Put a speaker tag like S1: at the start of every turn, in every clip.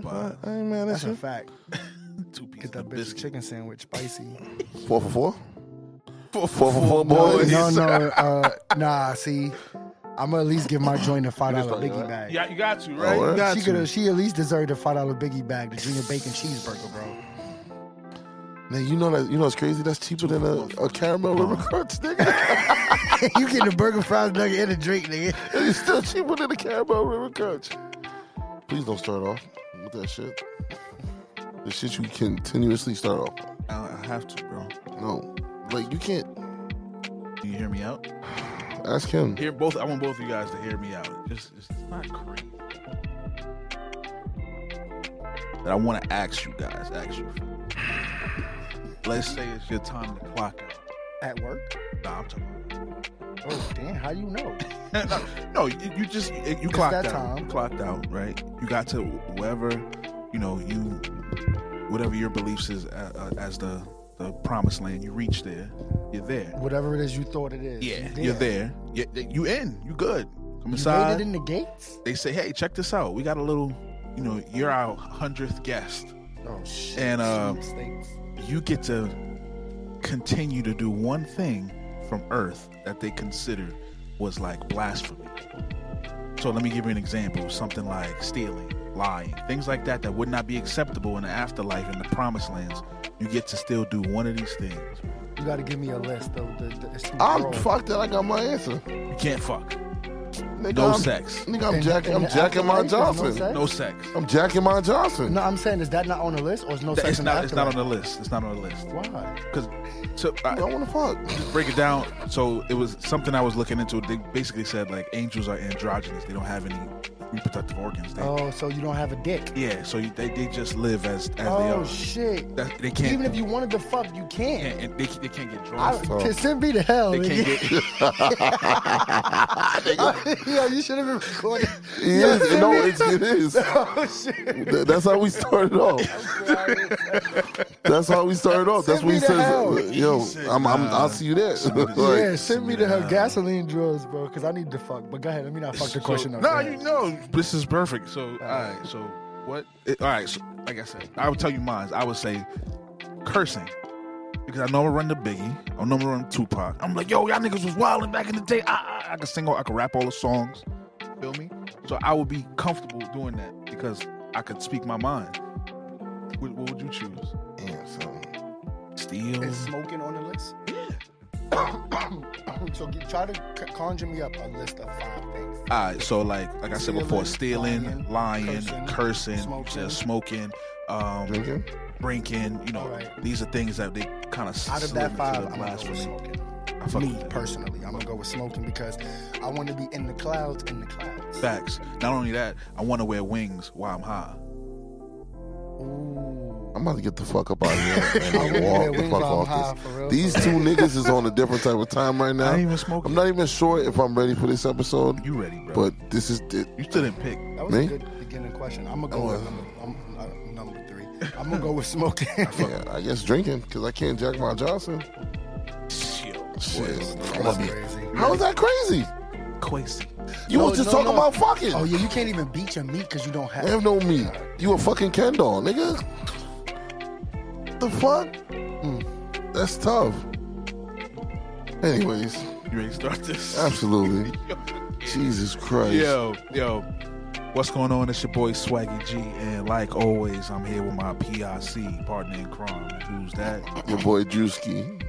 S1: uh, That's a
S2: sir?
S1: fact.
S3: Two pieces
S1: Get that
S3: of
S1: bitch a
S3: biscuit.
S1: chicken sandwich, spicy.
S2: Four for four?
S3: Four
S2: Four for four, boys.
S1: No, no, uh, nah. See, I'm gonna at least give my joint a five dollar
S2: fucking
S1: biggie
S2: right.
S1: bag.
S3: Yeah, you got to right.
S2: Oh,
S3: you
S2: what?
S3: got
S1: she
S3: to.
S1: could. She at least deserved a five dollar biggie bag to drink a bacon cheeseburger, bro.
S2: Now, you know that you know it's crazy. That's cheaper than a, a caramel river crunch, nigga.
S1: you getting a burger, fries, nugget, and a drink, nigga.
S2: it's still cheaper than a caramel river crunch. Please don't start off with that shit. The shit you continuously start off.
S3: I have to, bro.
S2: No, like you can't
S3: Do you hear me out?
S2: ask him.
S3: Hear both. I want both of you guys to hear me out. Just, it's not crazy. That I want to ask you guys. Ask you. Let's say it's your time to clock out.
S1: At work?
S3: Nah, I'm talking.
S1: Oh damn! How you know?
S3: no, no, you, you just you, you clocked
S1: that
S3: out.
S1: time.
S3: You clocked out, right? You got to wherever, you know, you whatever your beliefs is uh, uh, as the the promised land. You reach there. You're there.
S1: Whatever it is you thought it is.
S3: Yeah,
S1: you
S3: you're
S1: did.
S3: there. You, you in. You good. Come
S1: You made
S3: inside.
S1: it in the gates.
S3: they say, "Hey, check this out. We got a little, you know, you're our hundredth guest,
S1: Oh shit!
S3: and uh,
S1: Mistakes.
S3: you get to continue to do one thing from Earth that they considered was like blasphemy. So let me give you an example: something like stealing, lying, things like that that would not be acceptable in the afterlife in the promised lands. You get to still do one of these things.
S1: You got to give me a list though. The, the, it's too
S2: I'm
S1: broad.
S2: fucked that I got my answer.
S3: You can't fuck.
S2: Nigga,
S3: No
S2: I'm,
S3: sex.
S2: Nigga, I'm
S1: In-
S2: jacking.
S1: in
S2: I'm
S1: the
S2: jacking my
S1: afterlife, there's no
S2: Johnson.
S1: sex?
S3: No sex.
S2: I'm jacking my Johnson.
S1: No, I'm saying is that not on the list or is no sex
S3: It's
S1: in the
S3: not. It's not on
S1: afterlife?
S3: the list. It's not on the list.
S1: Why?
S3: Because, so,
S2: I
S3: I,
S2: don't want to fuck.
S3: break it down. So it was something I was looking into. They basically said like angels are androgynous. They don't have any reproductive organs. They,
S1: Oh, so you don't have a dick.
S3: Yeah, so you- they, they just live as as they
S1: Oh
S3: are.
S1: shit!
S3: That- they can't.
S1: Even if you wanted to fuck, you
S3: they,
S1: can't.
S3: can't- they, they can't get
S1: I,
S3: drunk.
S2: Oh.
S1: send me to hell.
S3: They
S1: nigga.
S3: can't get.
S1: yeah, you should have been recording.
S2: It is. No, it's, it is.
S1: Oh shit!
S2: Th- That's how we started off. That's how we started off. That's
S1: Send
S2: what he
S1: me to hell.
S2: says. uh, Yo, I'm, I'm, I'll see you there.
S1: yeah,
S2: like,
S1: send me to her gasoline drawers, bro, because I need to fuck. But go ahead, let me not fuck the question
S3: so,
S1: up.
S3: No,
S1: Go
S3: you
S1: ahead.
S3: know this is perfect. So all right, so what? it- all right, so like I said, I would tell you mine. I would say cursing. Because I know I'm gonna run the Biggie, I know I'm gonna run Tupac. I'm like, yo, y'all niggas was wilding back in the day. I, I, I can sing, all, I can rap all the songs. Feel me? So I would be comfortable doing that because I could speak my mind. What, what would you choose?
S2: Damn, son.
S3: Steal?
S1: Is smoking on the list? so get, try to c- conjure me up a list of five things.
S3: All right, so like like I said before, stealing, lying, cursing,
S1: smoking.
S3: just smoking, um,
S2: Drinking?
S3: drinking. You know,
S1: All right.
S3: these are things that they kind of
S1: Out of that five, I'm gonna go with smoking.
S3: I fuck
S1: Me
S3: with that.
S1: personally, I'm gonna go with smoking because I want to be in the clouds. In the clouds.
S3: Facts. Not only that, I want to wear wings while I'm high.
S1: Ooh.
S2: I'm about to get the fuck up out of here and
S1: Yeah,
S2: I walk the
S1: wings
S2: fuck
S1: on high,
S2: off
S1: for real,
S2: this. These two niggas is on a different type of time right
S3: I ain't
S2: now.
S3: even smoking.
S2: I'm not even sure if I'm ready for this episode,
S3: you ready, bro?
S2: but this is it.
S3: you still didn't pick.
S1: That was
S2: Me?
S1: a good beginning question. I'm gonna go with number, I'm, uh, number three. I'm gonna go with smoking.
S2: Yeah, I guess drinking because I can't jack my Johnson.
S3: Shit,
S2: Shit, I'm
S1: That's
S2: gonna be-
S1: crazy.
S2: How is that crazy?
S3: Quasi.
S2: You
S1: No,
S2: was just
S1: no,
S2: talking
S1: no.
S2: about fucking.
S1: Oh yeah, you can't even beat your meat because you don't have.
S2: I have no meat. You a fucking Ken doll, nigga. The fuck? Hmm. That's tough. Anyways,
S3: You ready to start this?
S2: absolutely. Jesus Christ.
S3: Yo, yo. What's going on? It's your boy Swaggy G, and like always, I'm here with my PIC partner in crime. Who's that?
S2: Your boy Drewski.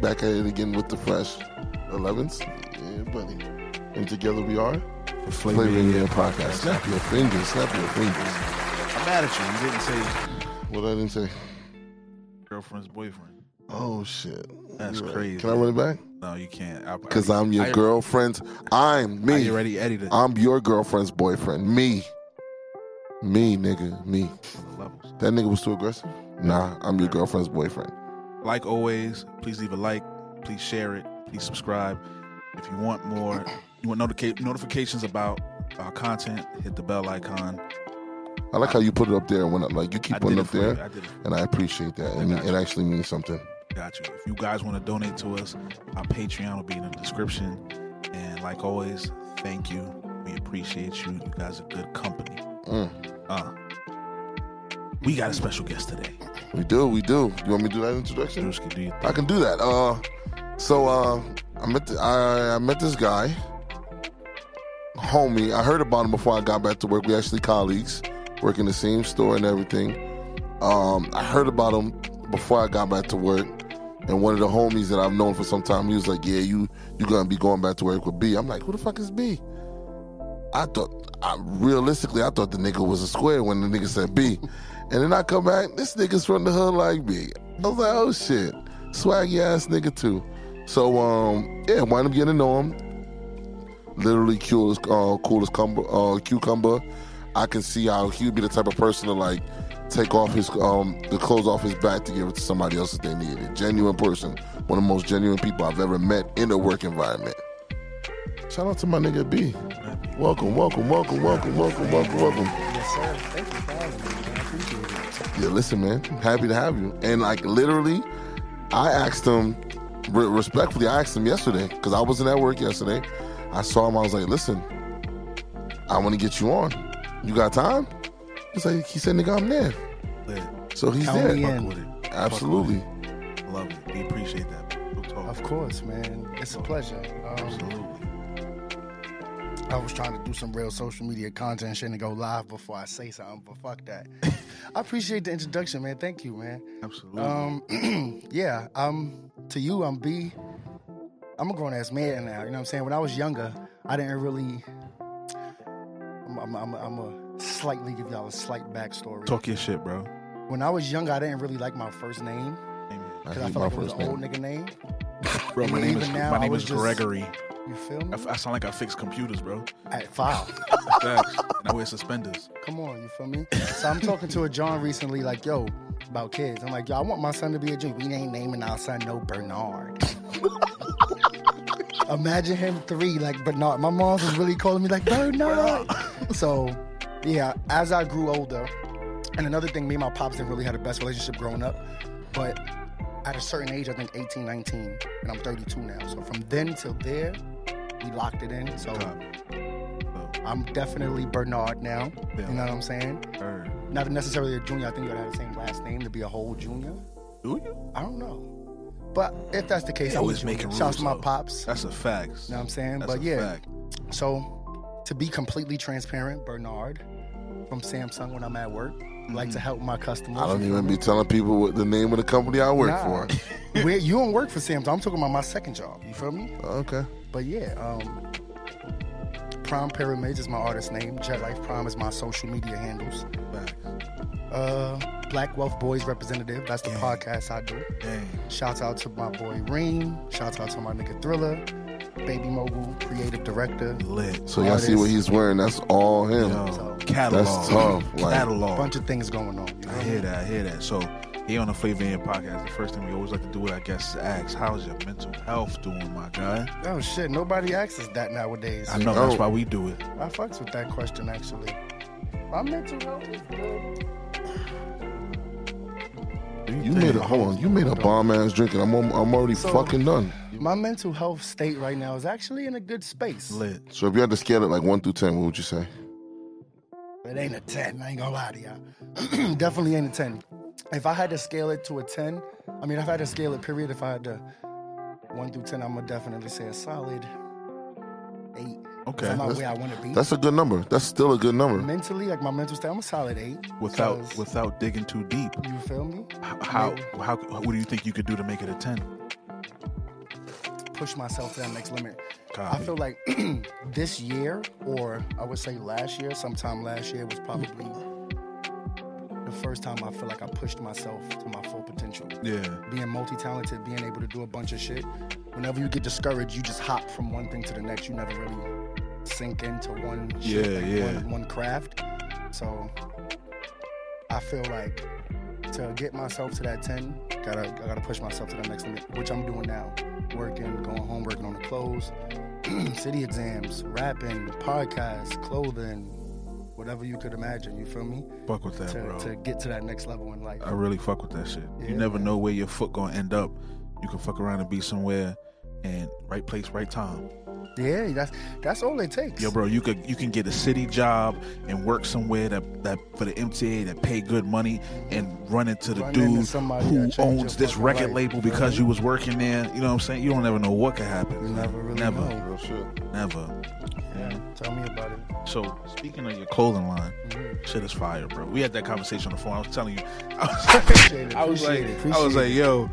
S2: Back at it again with the fresh 11s. Yeah, buddy. And together we are
S3: Flavor
S2: Flavor in Your Podcast. Snap your fingers. Snap your fingers.
S3: I'm mad at you. You didn't say
S2: What I didn't say.
S3: girlfriend's boyfriend.
S2: Oh, shit.
S3: That's
S2: You're right.
S3: crazy.
S2: Can I run it back?
S3: No, you can't.
S2: Because I'm your girlfriend's. I'm me.
S3: You already edited
S2: I'm your girlfriend's boyfriend. Me. Me, nigga. Me.
S3: the levels.
S2: That nigga was too aggressive? Nah, I'm your girlfriend's boyfriend.
S3: Like always, please leave a like. Please share it. Please subscribe. If you want more, you want notica- notifications about our content, hit the bell icon.
S2: I like how you put it up there when I, like you keep
S3: I
S2: putting
S3: did
S2: it up
S3: it for you.
S2: there,
S3: I did it. For
S2: and I appreciate that. It, mean, it actually means something.
S3: you. Got you. If you guys want to donate to us, our Patreon will be in the description. And like always, thank you. We appreciate you. You guys are good company.
S2: Mm.
S3: Uh. We got a special guest today.
S2: We do, we do. You want me to do that introduction?
S3: Drewski, do you
S2: I can do that. Uh, so uh, I met th- I, I met this guy, homie. I heard about him before I got back to work. We actually colleagues, work in the same store and everything. Um, I heard about him before I got back to work, and one of the homies that I've known for some time, he was like, "Yeah, you you gonna be going back to work with B." I'm like, "Who the fuck is B?" I thought, I, realistically, I thought the nigga was a square when the nigga said B. And then I come back, this nigga's from the hood like me. I was like, oh shit, swaggy ass nigga too. So, um, yeah, wind up getting to know him. Literally cool as, uh, cool as cumber, uh, cucumber. I can see how he would be the type of person to like take off his um the clothes off his back to give it to somebody else if they need it. Genuine person, one of the most genuine people I've ever met in a work environment. Shout out to my nigga B. Welcome, welcome, welcome, welcome, welcome, welcome, welcome.
S4: Yes, sir. Thank you for having me. man. I appreciate it.
S2: Yeah, listen, man. Happy to have you. And like literally, I asked him re- respectfully. I asked him yesterday because I wasn't at work yesterday. I saw him. I was like, "Listen, I want to get you on. You got time?" He's like, "He said, nigga, I'm there."
S3: lit.
S2: So he's
S4: Count
S2: there.
S4: me
S3: Fuck
S4: in.
S3: with it.
S2: Absolutely.
S3: Fuck with it. Love it. We appreciate that. Real talk.
S1: Of course, man. It's a pleasure. Um,
S3: Absolutely.
S1: I was trying to do some real social media content shit and go live before I say something, but fuck that. I appreciate the introduction, man. Thank you, man.
S3: Absolutely.
S1: Um,
S2: Mm-hmm.
S1: yeah, um, to you, I'm B. I'm a grown ass man now. You know what I'm saying? When I was younger, I didn't really. I'm, I'm, I'm, I'm a slightly give y'all a slight backstory.
S3: Talk your shit, bro.
S1: When I was younger, I didn't really like my first name
S3: Amen.
S2: I
S1: because I,
S2: hate
S1: felt
S2: my
S1: like it was
S2: first
S1: an old
S2: name.
S1: nigga name.
S3: Bro, my
S1: And
S3: name
S1: even
S3: is
S1: now,
S3: my
S1: I
S3: name
S1: was
S3: is
S1: just-
S3: Gregory.
S1: You feel
S3: I,
S1: me?
S3: f- I sound like I fix computers, bro.
S1: At five.
S3: Facts. and I wear suspenders.
S1: Come on, you feel me? So I'm talking to a John recently, like, yo, about kids. I'm like, yo, I want my son to be a Jew. We ain't naming our son no Bernard. Imagine him three, like Bernard. My mom was really calling me like Bernard. so, yeah, as I grew older, and another thing, me and my pops didn't really have the best relationship growing up, but at a certain age, I think 18, 19, and I'm 32 now. So from then till there, we locked it in. So
S3: God. So,
S1: I'm definitely Bernard now.
S3: Yeah.
S1: You know what I'm saying?
S3: heard.
S1: not necessarily a junior. I think you gotta have the same last name to be a whole junior.
S3: Do you?
S1: I don't know. But if that's the case,
S3: They
S1: I
S3: always
S1: was junior.
S3: making
S1: Shouts to
S3: rules,
S1: my
S3: though.
S1: pops. You
S3: That's a fact.
S1: know what I'm saying?
S3: That's
S1: but
S3: a
S1: yeah.
S3: fact.
S1: So to be completely transparent, Bernard from Samsung when I'm at work, like
S3: Mm-hmm.
S1: to help my customers.
S2: I don't even be telling people what the name of the company I work for.
S1: for. you don't work for Samsung. I'm talking about my second job. You feel me?
S2: Okay.
S1: But yeah, um, Prom Pyramids is my artist name. Jet Life Prom is my social media handles.
S3: Facts.
S1: Uh, Black Wealth Boys representative. That's the
S3: Yeah.
S1: podcast I do.
S3: Dang.
S1: Shouts out to my boy Reem. Shouts out to my nigga Thriller, Baby Mogul, creative director.
S3: Lit.
S2: So y'all see what
S1: Artist.
S2: he's wearing. That's all him.
S3: Yo, catalog.
S2: That's tough, like-
S1: A
S3: catalog.
S1: bunch of things going on. You
S3: I
S1: know?
S3: hear that. I hear that. So here on the Flavor In podcast, the first thing we always like to do, I guess, is ask, "How's your mental health doing, my guy?"
S1: Oh shit, nobody asks us that nowadays.
S3: I know
S2: Oh.
S3: that's why we do it.
S1: I fucks with that question actually. My mental health is good.
S2: You made a hold on. You made a bomb ass drink, and I'm al- I'm already
S1: So-
S2: fucking done.
S1: My mental health state right now is actually in a good space.
S3: lit.
S2: So if you had to scale it like one through ten, what would you say?
S1: It ain't a 10, I ain't gonna lie to y'all. Definitely ain't a 10. If I had to scale it to a 10, I mean, if I had to scale it, period, if I had to 1 through 10, I'm gonna definitely say a solid 8. 'Cause
S3: Okay.
S1: I'm not where I wanna be.
S2: That's a good number. That's still a good number.
S1: mentally, like my mental state, I'm a solid eight.
S3: Without
S1: 'cause-
S3: without digging too deep,
S1: you feel me?
S3: h- how how what do you think you could do to make it a ten?
S1: Push myself to that next limit. I
S3: Copy.
S1: feel like this year, or I would say last year, sometime last year was probably the first time I feel like I pushed myself to my full potential.
S3: Yeah.
S1: Being multi-talented, being able to do a bunch of shit. Whenever you get discouraged, you just hop from one thing to the next. You never really sink into one shit,
S3: Yeah,
S1: like,
S3: yeah.
S1: One, one craft. So I feel like to get myself to that 10, gotta I gotta push myself to that next limit, which I'm doing now. Working, going home, working on the clothes, city exams, rapping, podcasts, clothing, whatever you could imagine, you feel me?
S3: Fuck with that,
S1: To,
S3: bro.
S1: to get to that next level in life.
S3: I really fuck with that shit.
S1: Yeah,
S3: you never
S1: man.
S3: know where your foot gonna end up. You can fuck around and be somewhere, and right place, right time.
S1: Yeah, that's that's all it takes.
S3: Yo, bro, you could you can get a city job and work somewhere that, that for the MTA that pay good money and run into the
S1: Run into
S3: dude
S1: somebody that
S3: who
S1: changed
S3: owns
S1: your
S3: this
S1: fucking
S3: record
S1: life.
S3: label because you was working there. You know what I'm saying? You don't ever know what could happen.
S1: You never really
S3: Never.
S1: know.
S2: Real shit.
S3: Never.
S1: Yeah, tell me about it.
S3: So speaking of your clothing line,
S1: Mhm.
S3: shit is fire, bro. We had that conversation on the phone. I was telling you, I was,
S1: Appreciate it.
S3: I was like,
S1: appreciate it,
S3: I was
S1: appreciate
S3: like, yo.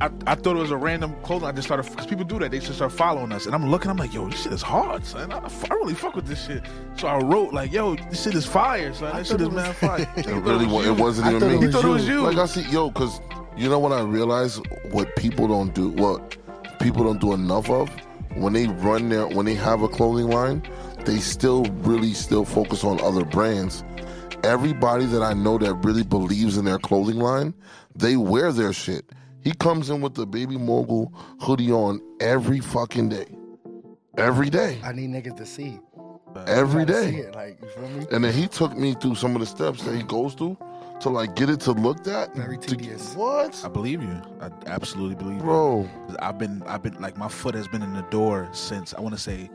S3: I, I thought it was a random clothing. I just started because people do that. They just start following us, and I'm looking. I'm like, yo, this shit is hard, son. I, I really fuck with this shit. So I wrote like, yo, this shit is fire, son. This shit is mad fire.
S2: It really was, it wasn't
S1: I
S2: even
S1: thought
S2: me.
S1: it
S3: He thought it was you.
S2: Like I see, yo, because you know what I realize? What people don't do, what people don't do enough of, when they run their, when they have a clothing line, they still really still focus on other brands. Everybody that I know that really believes in their clothing line, they wear their shit. He comes in with the baby mogul hoodie on every fucking day, every day,
S1: I need niggas to see.
S2: every
S1: Gotta see
S2: day.
S1: it, Like, you feel me?
S2: And then he took me through some of the steps that he goes through to like get it to look that.
S1: Very
S2: to-
S1: tedious.
S2: what?
S3: I believe you. I absolutely believe you.
S2: Bro,
S3: 'Cause I've been, I've been like my foot has been in the door since I want to say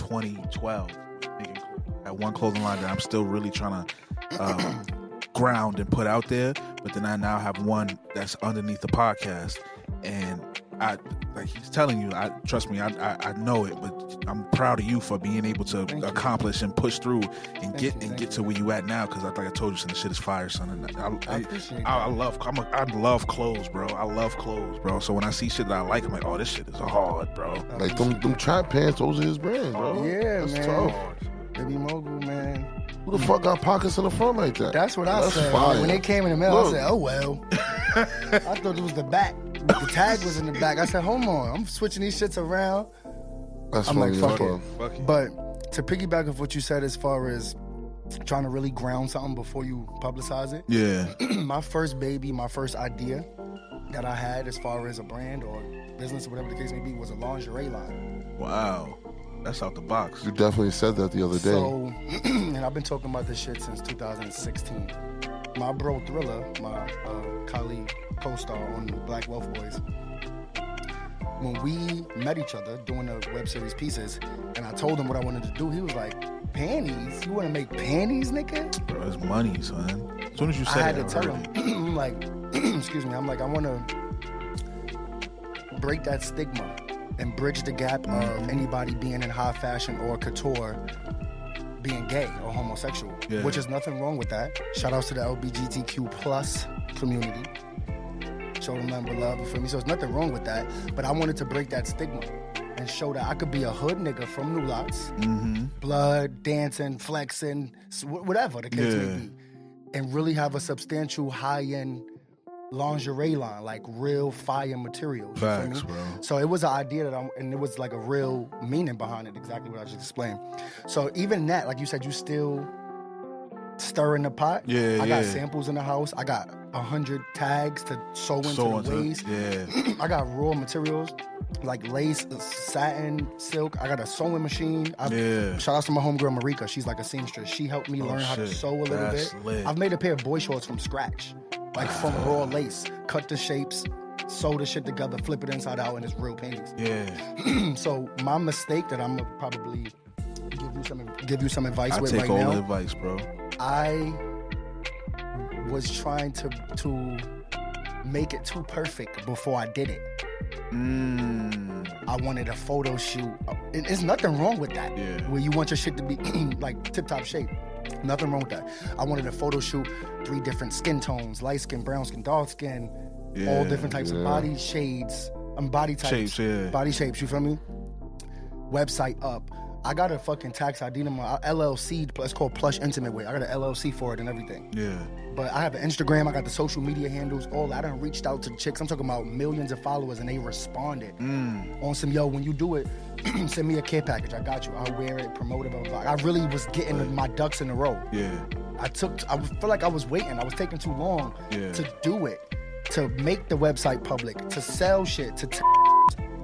S3: 2012. Making That one clothing line that I'm still really trying to um, ground and put out there, but then I now have one that's underneath the podcast, and I like he's telling you. I trust me, I I, I know it, but I'm proud of you for being able to
S1: Thank you.
S3: accomplish and push through and get
S1: you,
S3: and
S1: thank
S3: get to where you at now. Because like I told you, son, the shit is fire, son. And I,
S1: I appreciate
S3: I, I love I'm a, I love clothes, bro. I love clothes, bro. So when I see shit that I like, I'm like, oh, this shit is hard, bro.
S1: I
S2: like them them trap pants, those are his brand, bro.
S1: Yeah,
S2: That's
S1: man.
S2: tough.
S1: Baby Mogul, man.
S2: Who the fuck got pockets in the front like that?
S1: That's what I
S2: That's
S1: said.
S2: fire.
S1: When they came in the mail,
S2: Look.
S1: I said, oh, well. I thought it was the back. The tag was in the back. I said, hold on. I'm switching these shits around.
S2: That's
S1: I'm
S2: funny
S1: like,
S2: as
S1: fuck
S2: fuck.
S1: it. But to piggyback off what you said as far as trying to really ground something before you publicize it,
S3: Yeah,
S1: my first baby, my first idea that I had as far as a brand or business or whatever the case may be was a lingerie line.
S3: wow, that's out the box.
S2: You definitely said that the other day.
S1: So, and I've been talking about this shit since 2016. My bro Thriller, my uh, colleague, co-star on Black Wealth Boys, when we met each other doing the web series pieces, and I told him what I wanted to do, he was like, "Panties? You want to make panties, nigga?"
S3: Bro, it's money, son. As soon as you
S1: I
S3: said
S1: had
S3: it,
S1: to
S3: I
S1: tell
S3: heard
S1: him.
S3: it.
S1: I'm like, excuse me. I'm like, I want to break that stigma and bridge the gap
S3: Mm-hmm.
S1: of anybody being in high fashion or couture being gay or homosexual,
S3: Yeah.
S1: which is nothing wrong with that. Shout outs to the LGBTQ plus community. Show them nothing but love for me. So it's nothing wrong with that. But I wanted to break that stigma and show that I could be a hood nigga from New Lots,
S3: Mm-hmm.
S1: blood, dancing, flexing, s- wh- whatever the case
S3: Yeah.
S1: may be, and really have a substantial high end lingerie line, like real fire materials. you feel
S3: Facts,
S1: me?
S3: bro.
S1: So it was an idea that I'm, and it was like a real meaning behind it, exactly what I just explained. So even that, like you said, you still stirring the pot.
S3: Yeah,
S1: I
S3: yeah.
S1: got samples in the house. I got a hundred tags to sew into
S3: So
S1: the waist.
S3: into yeah,
S1: I got raw materials like lace, satin, silk. I got a sewing machine. I,
S3: Yeah.
S1: Shout out to my homegirl Marika. She's like a seamstress. She helped me
S3: Oh,
S1: learn how to
S3: shit.
S1: sew a little
S3: That's
S1: bit.
S3: lit. Ah.
S1: I've made a pair of boy shorts from scratch, like from raw lace. Cut the shapes, sew the shit together, flip it inside out, and it's real panties.
S3: yeah.
S1: so my mistake that I'm gonna probably give you some give you some advice
S3: I
S1: with
S3: take
S1: right
S3: all
S1: now.
S3: the advice, bro.
S1: I was trying to to make it too perfect before I did it.
S3: Mm.
S1: I wanted a photo shoot. And There's nothing wrong with that.
S3: Yeah.
S1: Where you want your shit to be like tip top shape. Nothing wrong with that. I wanted a photo shoot, three different skin tones light skin, brown skin, dark skin, all
S3: Yeah,
S1: different types of body shades, um, body types,
S3: Shapes, yeah.
S1: body shapes. You feel me? Website up. I got a fucking tax ID number, uh, LLC. It's called Plush Intimate Way. I got an LLC for it and everything.
S3: Yeah,
S1: But I have an Instagram. I got the social media handles. All I done reached out to chicks. I'm talking about millions of followers, and they responded on some yo. When you do it, send me a care package. I got you. I'll wear it. Promote it. Blah, blah, blah. I really was getting my ducks in a row.
S3: yeah.
S1: I took. I feel like I was waiting. I was taking too long
S3: Yeah.
S1: to do it, to make the website public, to sell shit, to tell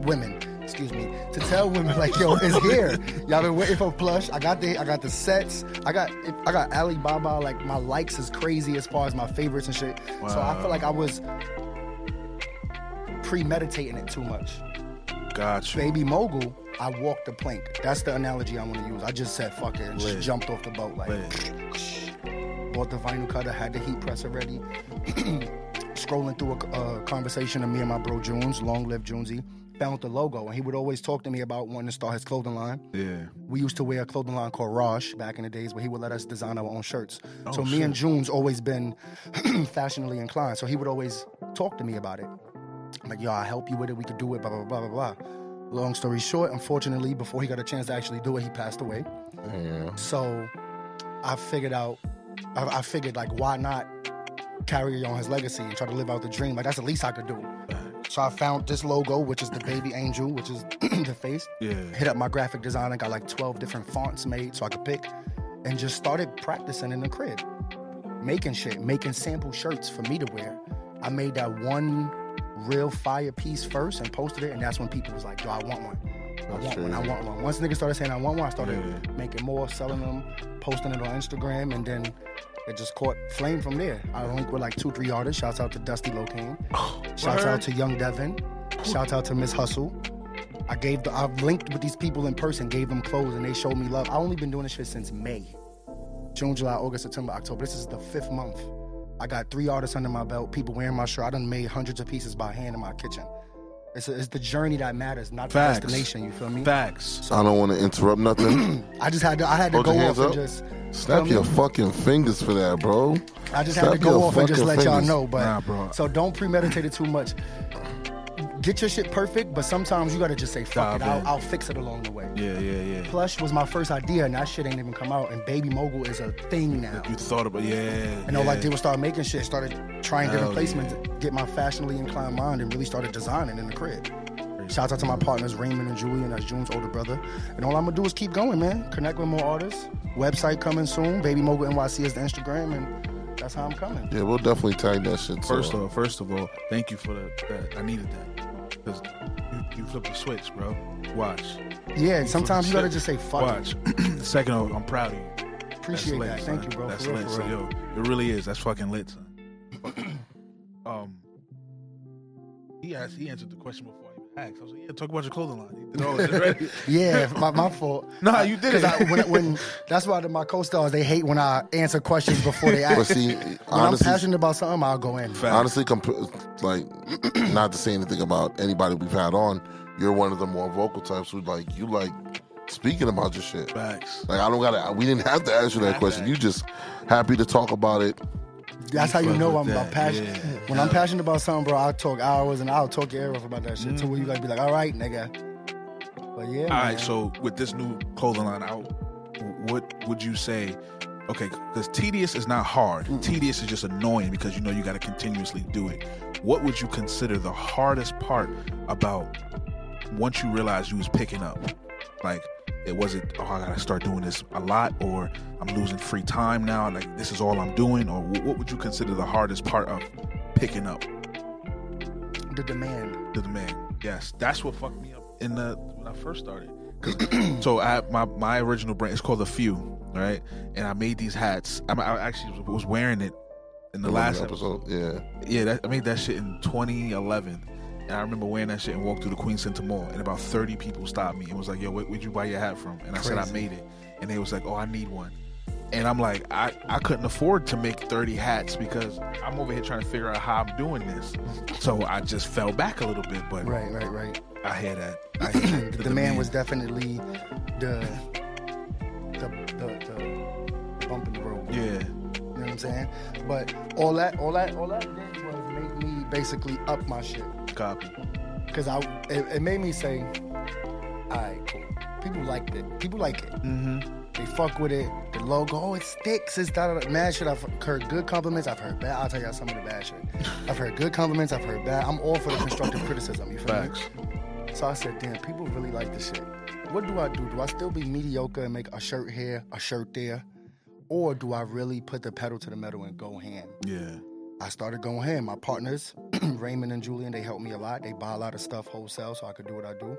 S1: women. Excuse me, to tell women like, yo, it's here. Y'all been waiting for plush. I got the I got the sets. I got I got Alibaba. Like my likes is crazy as far as my favorites and shit. So I
S3: Wow.
S1: feel like I was premeditating it too much.
S3: Got you.
S1: Baby Mogul I walked the plank. That's the analogy I want to use. I just said fuck it and just
S3: Lit.
S1: jumped off the boat like
S3: Lit.
S1: bought the vinyl cutter, had the heat presser ready. Scrolling through a uh, conversation of me and my bro Jones, long live Jonesy, found the logo, and he would always talk to me about wanting to start his clothing line.
S3: Yeah.
S1: We used to wear a clothing line called Rosh back in the days where he would let us design our own shirts.
S3: Oh,
S1: so me
S3: shit.
S1: and June's always been fashionably inclined. So he would always talk to me about it. I'm like, yo, I'll help you with it. We could do it, blah, blah, blah, blah, blah. Long story short, unfortunately, before he got a chance to actually do it, he passed away.
S2: Yeah.
S1: So I figured out, I, I figured like, why not carry on his legacy and try to live out the dream? Like that's the least I could do. So I found this logo, which is the baby angel, which is the face.
S3: Yeah.
S1: Hit up my graphic designer, got like 12 different fonts made so I could pick, and just started practicing in the crib, making shit, making sample shirts for me to wear. I made that one real fire piece first and posted it, and that's when people was like, yo, I want one. I
S2: That's
S1: want one, I
S2: crazy.
S1: want one. Once niggas started saying I want one, I started
S3: Yeah.
S1: making more, selling them, posting it on Instagram, and then it just caught flame from there. I linked with like two, three artists. Shouts out to Dusty Locane. Shouts out
S3: Word.
S1: to Young Devin. Shouts out to Miss Hustle. I gave the I've linked with these people in person, gave them clothes, and they showed me love. I only been doing this shit since May. June, July, August, September, October. This is the fifth month. I got three artists under my belt, people wearing my shirt. I done made hundreds of pieces by hand in my kitchen. It's, it's the journey that matters, not
S3: Facts.
S1: the destination. You feel me?
S3: Facts.
S2: I don't want to interrupt nothing.
S1: I just had to I had to
S2: Hold your
S1: go off
S2: hands
S1: and
S2: up.
S1: just
S2: Snap
S1: feel
S2: your
S1: me?
S2: fucking fingers for that, bro.
S1: I just had to
S2: Snap your
S1: go off and just
S2: fucking
S1: let y'all
S2: fingers.
S1: know. But
S3: Nah, bro.
S1: so don't premeditate it too much. Get your shit perfect, but sometimes you gotta just say fuck
S3: Dive
S1: it. I'll,
S3: in.
S1: I'll fix it along the way.
S3: Yeah, yeah, yeah.
S1: Plush was my first idea, and that shit ain't even come out. And Baby Mogul is a thing now.
S3: You thought about yeah.
S1: And all I did was start making shit, started trying different
S3: Hell
S1: placements, get my fashionably inclined mind, and really started designing in the crib. Shouts out to my partners Raymond and Julian, that's June's older brother. And all I'm gonna do is keep going, man. Connect with more artists. Website coming soon. Baby Mogul NYC is the Instagram, and that's how I'm coming.
S2: Yeah, we'll definitely tag that shit. so-
S3: First off, first of all, thank you for that. that. I needed that because you, you flipped the switch, bro. Watch.
S1: Yeah, and sometimes you gotta
S3: Shit.
S1: just say fuck. it.
S3: Watch. Second of all, I'm proud of you. That's
S1: Appreciate
S3: lit,
S1: that.
S3: son.
S1: Thank you, bro.
S3: That's
S1: for real,
S3: lit.
S1: for
S3: So,
S1: real.
S3: yo, it really is. That's fucking lit, son. Fucking- um, he asked. He answered the question before I even asked. I was like, "Yeah, talk about your clothing line." You did all this already.
S1: Yeah, my, my fault.
S3: Nah, you did it.
S1: 'Cause I, when, when that's why the- my co-stars they hate when I answer questions before they
S2: But
S1: ask.
S2: see,
S1: when I'm
S2: honestly,
S1: passionate about something, I'll go in.
S3: Fact.
S2: honestly, comp- like, not to say anything about anybody we've had on, you're one of the more vocal types who like you like speaking about your shit.
S3: Facts.
S2: Like I don't gotta. We didn't have to ask you that question. You just happy to talk about it.
S1: That's how you
S3: fuck
S1: know I'm
S3: with
S1: about
S3: that,
S1: passionate.
S3: yeah.
S1: When I'm passionate about something, bro, I'll talk hours and I'll talk your ear off about that shit. To where you gotta be like, all right, nigga. But yeah, man.
S3: All right. So with this new clothing line out, what would you say? Okay, because tedious is not hard. Tedious is just annoying because you know you got to continuously do it. What would you consider the hardest part about once you realized you was picking up? Like, it was it. Oh, I gotta start doing this a lot, or I'm losing free time now. Like, this is all I'm doing. Or wh- what would you consider the hardest part of picking up?
S1: the demand.
S3: the demand. Yes, that's what fucked me up in the when I first started. 'Cause- so I my my original brand is called the Few, right? And I made these hats. I, I actually was, was wearing it in the last episode.
S2: yeah.
S3: Yeah, that, I made that shit in 2011. And I remember wearing that shit and walked through the Queen Center Mall, and about 30 people stopped me and was like, "Yo, where, where'd you buy your hat from?" And I said, "I
S1: Crazy.
S3: made it." And they was like, "Oh, I need one." And I'm like, I, I couldn't afford to make 30 hats because I'm over here trying to figure out how I'm doing this. So I just fell back a little bit, but
S1: Right, right, right.
S3: I hear that. I hear that.
S1: the demand was definitely the the the, the bump in the road.
S3: Yeah.
S1: You know what I'm saying? But all that, all that, all that did was make me basically up my shit.
S3: Copy.
S1: Cause I, it, it made me say, all right, cool. People liked it. People like it.
S3: Mm-hmm.
S1: They fuck with it. The logo, oh, it sticks. It's da da da. Mad shit. I've heard good compliments. I've heard bad. I'll tell y'all some of the bad shit. I've heard good compliments. I've heard bad. I'm all for the constructive criticism. You feel
S3: Facts.
S1: me? So I said, damn, people really like this shit. What do I do? Do I still be mediocre and make a shirt here, a shirt there? Or do I really put the pedal to the metal and go ham?
S3: Yeah.
S1: I started going ham. My partners, Raymond and Julian, they helped me a lot. They buy a lot of stuff wholesale so I could do what I do.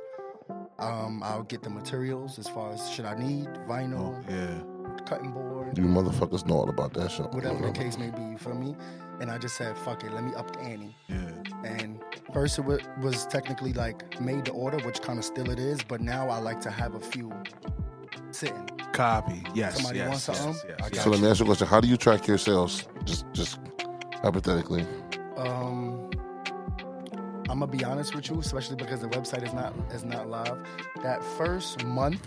S1: Um, I'll get the materials as far as shit I need, vinyl,
S3: Oh, yeah.
S1: cutting board,
S2: You motherfuckers know all about that shit.
S1: whatever the case may be. You feel me? And I just said, fuck it, let me up the ante.
S3: Yeah.
S1: And first, it wa- was technically like made to order, which kind of still it is. But now I like to have a few sitting.
S3: Copy. Yes.
S1: Somebody
S3: yes,
S1: wants
S3: yes,
S1: something?
S3: Yes,
S1: I
S3: yes.
S2: So let me ask you a question: How do you track your sales? Just, just hypothetically.
S1: Um, I'm gonna be honest with you, especially because the website is not is not live. That first month,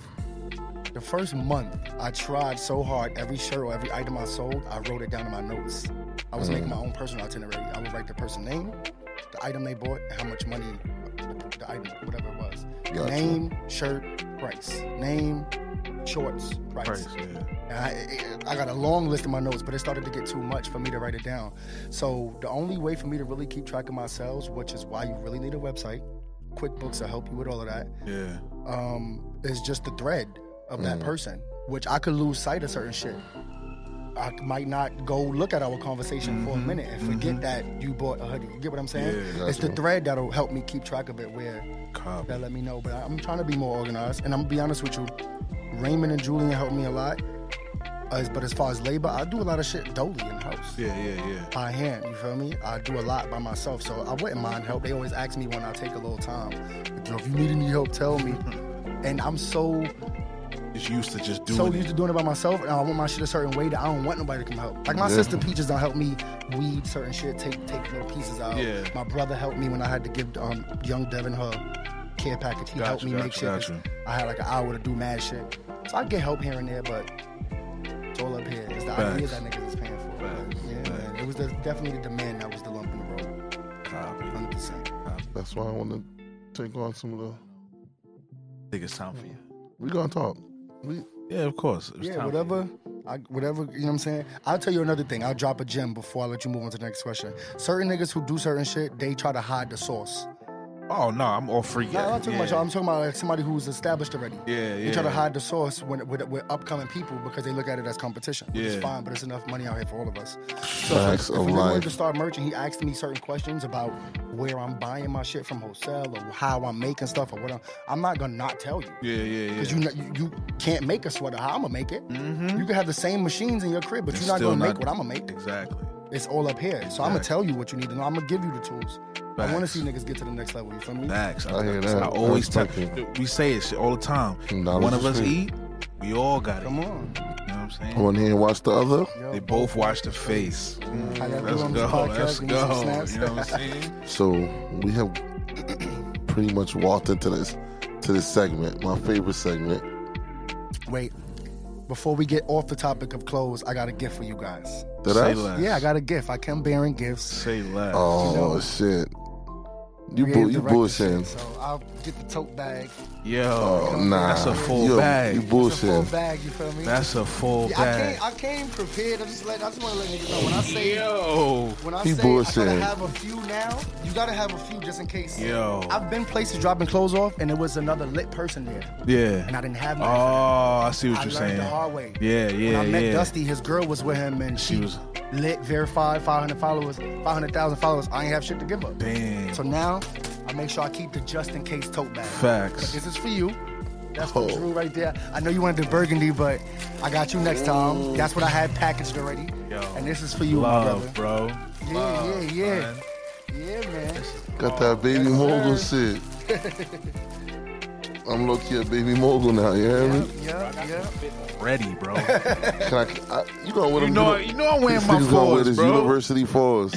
S1: the first month, I tried so hard. Every shirt or every item I sold, I wrote it down in my notes. I was making my own personal itinerary. I would write the person name, the item they bought, and how much money the item, whatever it was.
S2: Gotcha.
S1: Name, shirt, price. Name, shorts, price.
S3: Price, yeah.
S1: And I, I got a long list of my notes, but it started to get too much for me to write it down. So the only way for me to really keep track of my sales, which is why you really need a website, QuickBooks will help you with all of that,
S3: Yeah.
S1: um, is just the thread of that person, which I could lose sight of certain shit. I might not go look at our conversation for a minute and forget that you bought a hoodie. You get what I'm saying?
S3: Yeah,
S1: it's the
S2: gotcha.
S1: thread that'll help me keep track of it where
S3: Copy.
S1: that let me know. But I- I'm trying to be more organized, and I'm gonna be honest with you. Raymond and Julian helped me a lot. As- but as far as labor, I do a lot of shit dolly in house
S3: Yeah. Yeah. Yeah.
S1: by hand. You feel me? I do a lot by myself, so I wouldn't mind help. They always ask me when I take a little time. Yo, if you need any help, tell me. And I'm so
S3: Just used to just doing
S1: so
S3: it.
S1: used to doing it by myself, and I want my shit a certain way that I don't want nobody to come help. Like my sister Peaches don't help me weed certain shit, take take little pieces out.
S3: Yeah.
S1: My brother helped me when I had to give um, young Devin her care package. He
S3: Gotcha,
S1: helped me
S3: gotcha,
S1: make shit. 'cause
S3: gotcha.
S1: I had like an hour to do mad shit, so I get help here and there, but it's all up here. It's the ideas
S3: Facts.
S1: that niggas is paying for.
S3: Facts,
S1: Yeah, man. It was the, definitely the demand that was the lump in the road,
S3: Copy.
S1: hundred percent.
S2: That's why I want to take on some of the.
S3: think it's time for you.
S2: We gonna talk. We
S3: Yeah, of course. It's time
S1: Yeah,
S3: for
S1: whatever. I, whatever, you know what I'm saying? I'll tell you another thing. I'll drop a gem before I let you move on to the next question. Certain niggas who do certain shit, they try to hide the source.
S3: you. Oh no, I'm all free.
S1: No, I'm not talking
S3: yeah.
S1: about y'all. I'm talking about like somebody who's established already.
S3: Yeah,
S1: They try to
S3: yeah.
S1: hide the source when, with, with upcoming people because they look at it as competition, which
S3: Yeah.
S1: is fine, but it's enough money out here for all of us. So if,
S2: facts
S1: if a
S2: of
S1: nigga wanted to
S2: life.
S1: start merching, he asked me certain questions about where I'm buying my shit from wholesale or how I'm making stuff or what I'm... I'm not going to not tell you.
S3: Yeah, yeah, yeah. Mm-hmm.
S1: Because you, kn- you you can't make a sweater how I'm gonna make it. You can have the same machines in your crib, but
S3: It's
S1: you're not
S3: still
S1: gonna
S3: not-
S1: make what I'm gonna make.
S3: exactly.
S1: It's all up here. So I'm gonna
S3: Facts.
S1: tell you what you need to know. I'm gonna give you the tools. I want to
S3: Facts.
S1: see niggas get to the next level. You feel me?
S3: Facts.
S2: I hear
S3: that's
S2: that.
S3: what I always
S2: That's
S3: tell.
S2: fucking-
S3: We say it shit all the time.
S2: Knowledge
S3: One of
S2: is
S3: us
S2: free.
S3: eat, we all got it.
S1: Come on.
S3: You know what I'm saying?
S2: one here and watch the other.
S1: Yo,
S3: They both watch the face.
S1: how y'all
S3: Let's
S1: doing on
S3: go.
S1: this podcast?
S3: Let's
S1: Give me some
S3: go.
S1: snaps.
S3: You know what I'm saying?
S2: So we have pretty much walked into this to this segment, my favorite segment.
S1: Wait. Before we get off the topic of clothes, I got a gift for you guys.
S2: Did
S3: Say
S2: I?
S3: less.
S1: Yeah, I got a gift. I come bearing gifts.
S3: Say less.
S2: Oh
S1: No.
S2: shit! You
S1: Creative
S2: bull, you
S1: director
S2: bullshitting.
S1: shit. So I'll get the tote bag.
S3: Yo,
S2: Oh nah,
S3: that's a full
S2: Yo,
S3: bag.
S2: You
S1: It's a full
S2: bullshitting.
S1: bag. You feel me?
S3: that's a full
S1: yeah, I
S3: bag.
S1: came, I came prepared. I'm just letting, I just want to let niggas know when I say
S3: Yo,
S1: When I
S2: He
S1: say I
S2: bullshitting.
S1: gotta have a few now, you gotta have a few just in case.
S3: yo,
S1: I've been places dropping clothes off, and there was another lit person there,
S3: yeah.
S1: and I didn't have
S3: Oh,
S1: none.
S3: I see what
S1: I
S3: you're
S1: learned
S3: saying.
S1: the hard way.
S3: Yeah, yeah,
S1: When I met
S3: yeah.
S1: Dusty, his girl was with him, and
S3: She
S1: she
S3: was-
S1: was lit, verified, 500 followers, 500,000 followers. I ain't have shit to give up.
S3: Damn.
S1: So now, I make sure I keep the just in case tote bag.
S3: Facts.
S1: But this is for you. That's for
S2: Oh.
S1: Drew right there. I know you wanted the burgundy, but I got you next time. That's what I had packaged already.
S3: Yo.
S1: And this is for you, my
S3: Love,
S1: brother.
S3: bro.
S1: Yeah,
S3: Love,
S1: yeah, yeah.
S3: man.
S1: Yeah, man.
S2: Got that baby
S1: yes,
S2: mogul shit. I'm low key a baby mogul now. You hear me?
S1: Yeah, yeah.
S3: Ready, bro.
S2: Can I, I- you gonna wear
S3: you
S2: them?
S3: know,
S2: uni-
S3: you know I'm wearing
S2: these
S3: my
S2: niggas gonna wear
S3: fours,
S2: this
S3: bro.
S2: university fours.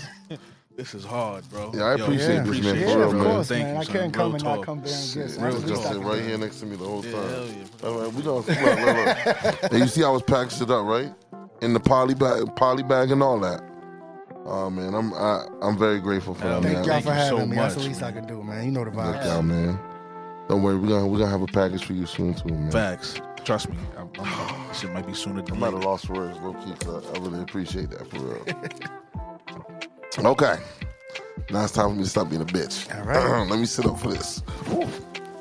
S3: This is hard, bro.
S2: Yeah, I appreciate
S1: this,
S2: man,
S1: Yeah,
S2: for real,
S1: of
S2: man.
S1: course,
S3: Thank
S1: man.
S3: you,
S1: I
S3: son.
S1: can't
S3: Real
S1: come and
S3: talk.
S1: not come bearing gifts.
S2: Real
S1: Absolutely.
S2: just sitting
S1: Stop
S2: right
S1: it.
S2: here next to me the whole
S3: hell
S2: time.
S3: yeah,
S2: All right, we gonna look, look, look. And you see how it's packaged it up, right? In the poly bag, poly bag, and all that. Oh man, I'm I, I'm very grateful for
S3: Hell
S2: that,
S3: yeah.
S1: Thank
S2: man.
S1: y'all
S3: Thank
S1: for
S3: you so
S1: having me. That's the
S3: much,
S1: least I
S3: man.
S1: could do, man. You know the
S2: Look
S1: vibes.
S2: out, man. Don't worry, we're gonna we're gonna have a package for you soon too, man.
S3: Facts. Trust me. I'm, I'm, this shit might be sooner than
S2: I'm at a
S3: later.
S2: lost words, low key. 'cause I, I really appreciate that for real. okay, now it's time for me to stop being a bitch.
S1: All right.
S2: Let me sit up for this. Whew.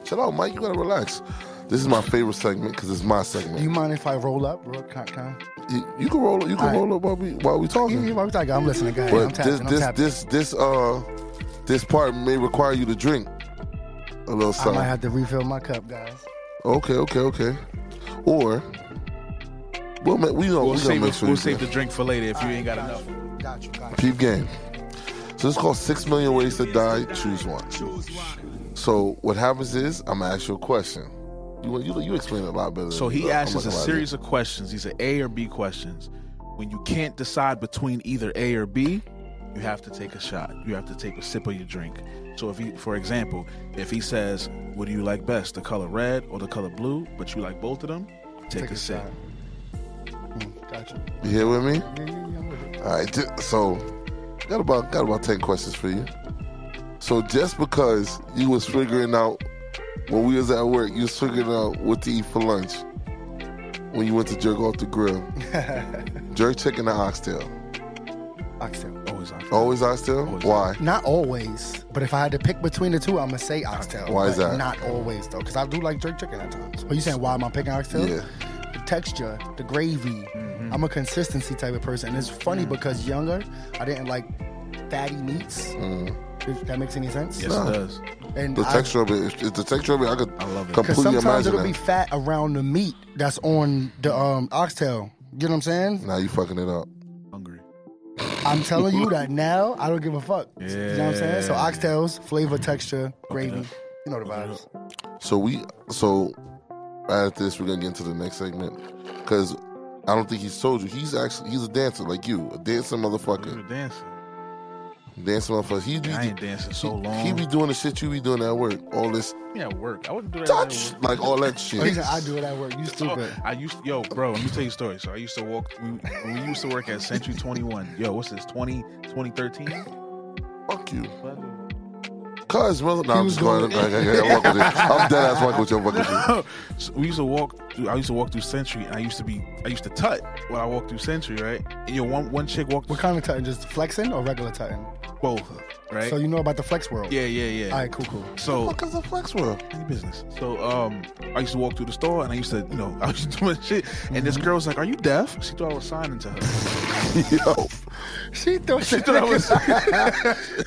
S2: Chill out, Mike. You gotta relax. This is my favorite segment because it's my segment.
S1: Do you mind if I roll up, real quick? huh?
S2: You, you can roll. You can
S1: All right.
S2: roll up while we while we
S1: You- you-
S2: talking.
S1: I'm talking- I'm listening, guys. I'm
S2: But
S1: tapping.
S2: this
S1: I'm
S2: this
S1: tapping.
S2: this this uh this part may require you to drink a little
S1: I might
S2: something.
S1: have to refill my cup, guys.
S2: Okay, okay, okay. Or We'll, ma- we know,
S3: We'll
S2: we gonna
S3: save,
S2: make
S3: it,
S2: sure
S3: we'll
S2: you
S3: save
S2: get-
S3: the drink for later if you ain't got enough.
S1: Got you, got you.
S2: Peep game. So it's called Six Million Ways to Die. Choose one. So what happens is I'm gonna ask you a question. You you, you explain it a lot better.
S3: So
S2: than me,
S3: he
S2: though. I'm
S3: asks
S2: not
S3: us a
S2: gonna lie to you.
S3: series of questions. These are A or B questions. When you can't decide between either A or B, you have to take a shot. You have to take a sip of your drink. So if he, for example, if he says, "What do you like best, the color red or the color blue?" but you like both of them, take, a, sip.
S1: shot. Mm, got you.
S2: You here with me?
S1: Yeah, yeah, yeah, I'm with it.
S2: All right. ju- So got about got about ten questions for you. So just because you was figuring out when we was at work, you was figuring out what to eat for lunch when you went to jerk off the grill. jerk chicken or oxtail?
S1: Oxtail.
S3: Always on.
S2: Always oxtail.
S3: Always.
S2: Why?
S1: Not always, but if I had to pick between the two, I'm gonna say oxtail.
S2: Why is
S1: but
S2: that?
S1: Not always though, because I do like jerk chicken at times. But you saying why am I picking oxtail?
S2: Yeah. Mm-hmm.
S1: The texture, the gravy. I'm a consistency type of person. And it's funny
S2: Mm.
S1: because younger, I didn't like fatty meats. If that makes any sense.
S3: Yes,
S2: Nah.
S3: it does.
S1: And
S2: Mm. The
S1: I-
S2: texture of it, it's the texture of it, I could
S3: I love it. 'Cause
S1: Because
S2: completely
S1: sometimes
S2: imagine
S1: it'll
S2: that.
S1: be fat around the meat that's on the um, oxtail. You know what I'm saying?
S2: Now you fucking it up.
S3: Hungry.
S1: I'm telling you that now I don't give a fuck. You know what I'm saying? So
S3: Yeah.
S1: oxtails, flavor, texture, gravy. You know the vibes.
S2: So we so at this we're gonna get into the next segment because I don't think he's told you he's actually he's a dancer like you a dancing
S3: We were
S2: motherfucker
S3: dancing.
S2: dancing motherfucker. He be
S3: I ain't dancing so long.
S2: he be doing the shit you be doing at work. All this
S3: Yeah, at work. I wouldn't do that. at
S2: touch
S3: work.
S2: like all that
S1: Oh, he said,
S2: shit.
S1: I do it at work. You stupid.
S3: Oh, I used yo, bro. Let me tell you a story. So I used to walk. We, when we used to work at Century Twenty One. Yo, what's this? 20, 2013?
S2: Fuck you. Cause mother, nah, I'm
S1: was
S2: just going. I, I, I, I walk with it. I'm dead ass fucking with your fucking shit.
S3: so we used to walk. Through, I used to walk through Century. And I used to be. I used to tut when I walked through Century, right? And yo, one one chick walked
S1: What
S3: with
S1: kind of tutting? Just flexing or regular tutting?
S3: both, right?
S1: So you know about the flex world.
S3: yeah, yeah, yeah.
S1: All right, cool, cool.
S3: so
S2: Fuck is a flex world.
S3: any business. So um, I used to walk through the store and I used to, you know, I used to do my shit. And
S1: Mm-hmm.
S3: this girl was like, "Are you deaf?" She thought I was signing to her.
S2: Yo,
S1: She thought,
S3: She thought I was.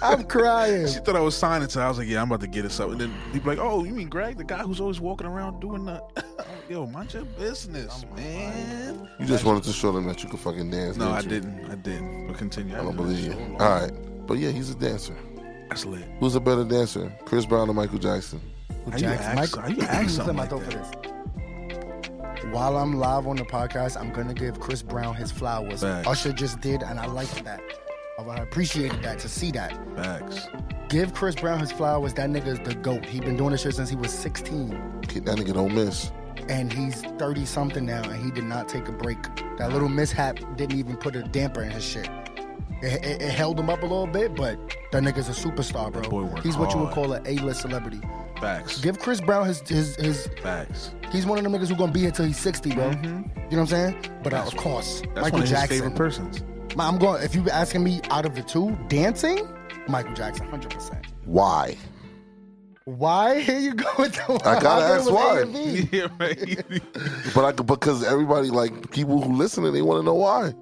S1: I'm crying.
S3: She thought I was signing to her. I was like, yeah, I'm about to get us up. And then he'd be like, oh, you mean Greg, the guy who's always walking around doing the. Yo, mind your business, man.
S2: you just wanted to show them that you could fucking dance.
S3: No, I
S2: you?
S3: didn't. I didn't. But continue.
S2: I don't
S3: did that
S2: believe you.
S3: so long.
S2: All right, but yeah, he's a dancer.
S3: That's lit.
S2: Who's a better dancer, Chris Brown or Michael Jackson?
S3: How you ask- how you ask something
S1: my throat
S3: like
S1: for this. While I'm live on the podcast, I'm gonna give Chris Brown his flowers.
S3: Facts.
S1: Usher just did, and I liked that. Oh, I appreciated that to see that.
S3: Facts.
S1: Give Chris Brown his flowers. That nigga's the goat. He been doing this shit since he was 16,
S2: Kid, That nigga don't miss.
S1: and he's 30 something now, and he did not take a break. That little mishap didn't even put a damper in his shit. It, it, it held him up a little bit, but that nigga's a superstar, bro.
S3: boy worked
S1: he's what you would
S3: hard.
S1: call an A-list celebrity.
S3: Facts.
S1: Give Chris Brown his his his
S3: Facts.
S1: He's one of them niggas who gonna be here till he's 60, bro. You know what I'm saying? But uh, of course,
S3: Mm-hmm. That's
S1: Michael
S3: one of his
S1: Jackson.
S3: favorite persons.
S1: Ma, I'm going. If you were asking me out of the two, dancing, Michael Jackson, 100. percent
S2: Why?
S1: Why? Here you go with the.
S2: I gotta
S1: I'm
S2: ask
S1: with
S2: why.
S1: A and B.
S3: yeah, right.
S2: But I could because everybody like people who listening, they want to know why.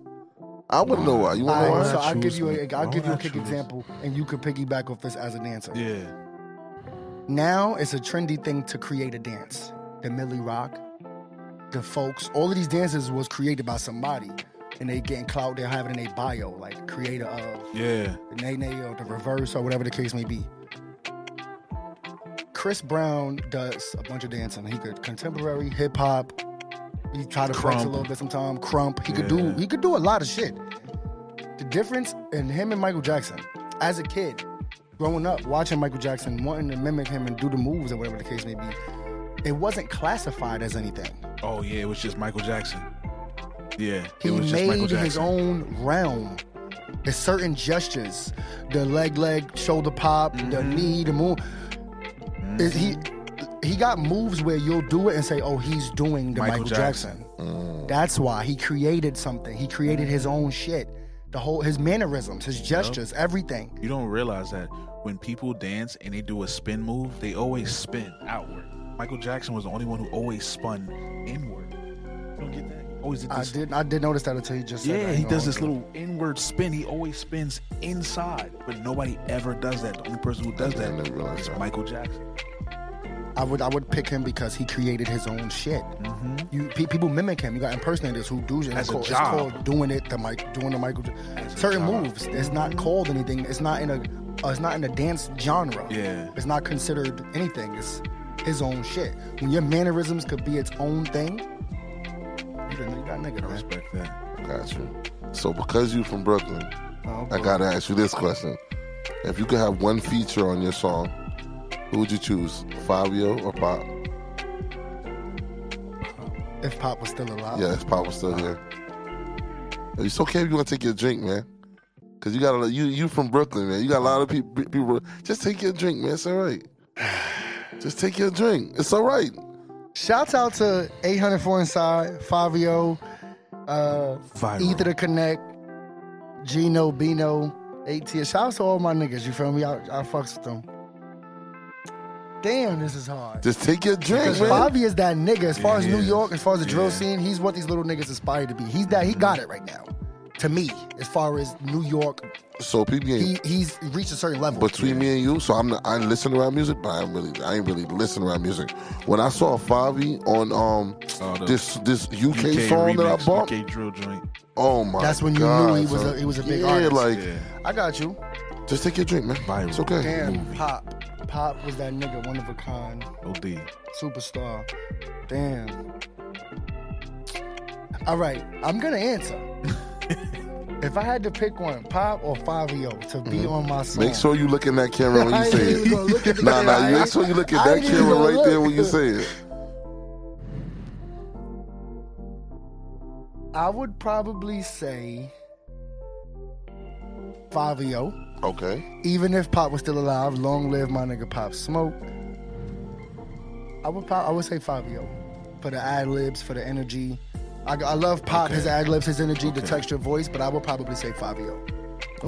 S2: I want to know why. You want to know
S1: All right,
S2: why?
S1: so I'll
S3: choose
S1: give you a,
S3: me?
S1: I'll
S3: Why
S1: give you a
S3: would I
S1: quick
S3: choose?
S1: example, and you could piggyback off this as a dancer.
S3: yeah.
S1: Now it's a trendy thing to create a dance. The Millie Rock, the folks, all of these dances was created by somebody, and they getting clout. They have it in their bio, like creator of
S3: Yeah.
S1: the nay nay or the reverse or whatever the case may be. Chris Brown does a bunch of dancing. He could contemporary hip hop. He tried to flex a
S3: Crump.
S1: little bit sometimes. Crump. He could
S3: Yeah.
S1: do he could do a lot of shit. The difference in him and Michael Jackson, as a kid, growing up, watching Michael Jackson, wanting to mimic him and do the moves or whatever the case may be, it wasn't classified as anything.
S3: Oh, yeah. It was just Michael Jackson. Yeah.
S1: He
S3: it was just Michael
S1: made
S3: Jackson.
S1: his own realm. It's certain gestures, the leg, leg, shoulder pop, the
S3: Mm-hmm.
S1: knee, the move. Is he? He got moves where you'll do it and say, "Oh, he's doing the
S3: Michael Mm.
S1: Michael, Jackson."
S2: Mm.
S1: That's why he created something. He created his own shit. The whole his mannerisms, his gestures, everything.
S3: You don't realize that when people dance and they do a spin move, they always spin outward. Michael Jackson was the only one who always spun inward. You don't get that? He Always did
S1: I
S3: this.
S1: did. I did notice that until you just said that.
S3: yeah,
S1: I
S3: he
S1: know.
S3: does this little inward spin. He always spins inside, but nobody ever does that. The only person who does
S2: I
S3: that
S2: never realized
S3: is
S2: that.
S3: Michael Jackson.
S1: I would I would pick him because he created his own shit. You pe- people mimic him. You got impersonators who do shit. it's
S3: As a
S1: called, it's
S3: Mm-hmm. job.
S1: called doing it. The mic doing the Michael. J-
S3: As a
S1: Certain
S3: job.
S1: moves. It's not called anything. It's not in a. Uh, it's not in a dance genre.
S3: Yeah.
S1: It's not considered anything. It's his own shit. When your mannerisms could be its own thing. You done- you got nigga,
S3: I
S1: man.
S3: respect that.
S2: Got you. So because you from Brooklyn,
S1: Oh,
S2: I
S1: boy.
S2: gotta ask you this question: If you could have one feature on your song, who would you choose, Fabio or Pop?
S1: If Pop was still alive.
S2: Yeah, if Pop was still here. It's okay if you want to take your drink, man. Cause you got a you you from Brooklyn, man. You got a lot of people. People, just take your drink, man. It's all right. Just take your drink. It's all right.
S1: Shouts out to 804 Inside, Fabio, uh,
S3: Viral.
S1: Ether to Connect, Gino, Bino, ATS. Shouts to all my niggas, you feel me? I, I fucks with them. Damn, this is hard.
S2: Just take your drink,
S1: Because
S2: man.
S1: Bobby is that nigga. As far
S3: Yeah,
S1: as
S3: he
S1: New
S3: is.
S1: York, as far as the drill
S3: Yeah.
S1: scene, he's what these little niggas aspire to be. He's that. He got it right now. To me, as far as New York,
S2: So people ain't
S1: he, he's reached a certain level.
S2: between me and you, so I'm not, I listen to rap music, but I ain't really I ain't really listen to rap music. When I saw Favi on um
S3: Oh, the
S2: this this UK,
S3: UK
S2: song that I
S3: remix,
S2: bought,
S3: UK drill joint.
S2: oh my,
S1: That's when you
S2: God,
S1: knew he was
S2: son.
S1: a- he was a big
S2: yeah,
S1: artist.
S2: Like
S3: Yeah.
S1: I got you.
S2: just take your drink, man.
S3: Viral.
S2: It's okay.
S1: Damn, Pop. Pop was that nigga, one of a kind.
S3: OD.
S1: superstar. Damn. All right, I'm gonna answer. if I had to pick one, Pop or Fabio to be on my song,
S2: Mm-hmm. Make sure you look in that camera when
S1: I
S2: you
S1: ain't
S2: say
S1: even
S2: it.
S1: gonna look at the
S2: Nah,
S1: camera.
S2: nah, you
S1: I-
S2: make sure you look at
S1: I
S2: that
S1: ain't even
S2: camera
S1: gonna
S2: right there
S1: look.
S2: when you say it.
S1: I would probably say Fabio.
S2: Okay.
S1: Even if Pop was still alive, long live my nigga Pop Smoke. I would pop, I would say Fabio for the ad libs, for the energy. I, I love Pop, his ad libs, his energy, the texture, voice, but I would probably say Fabio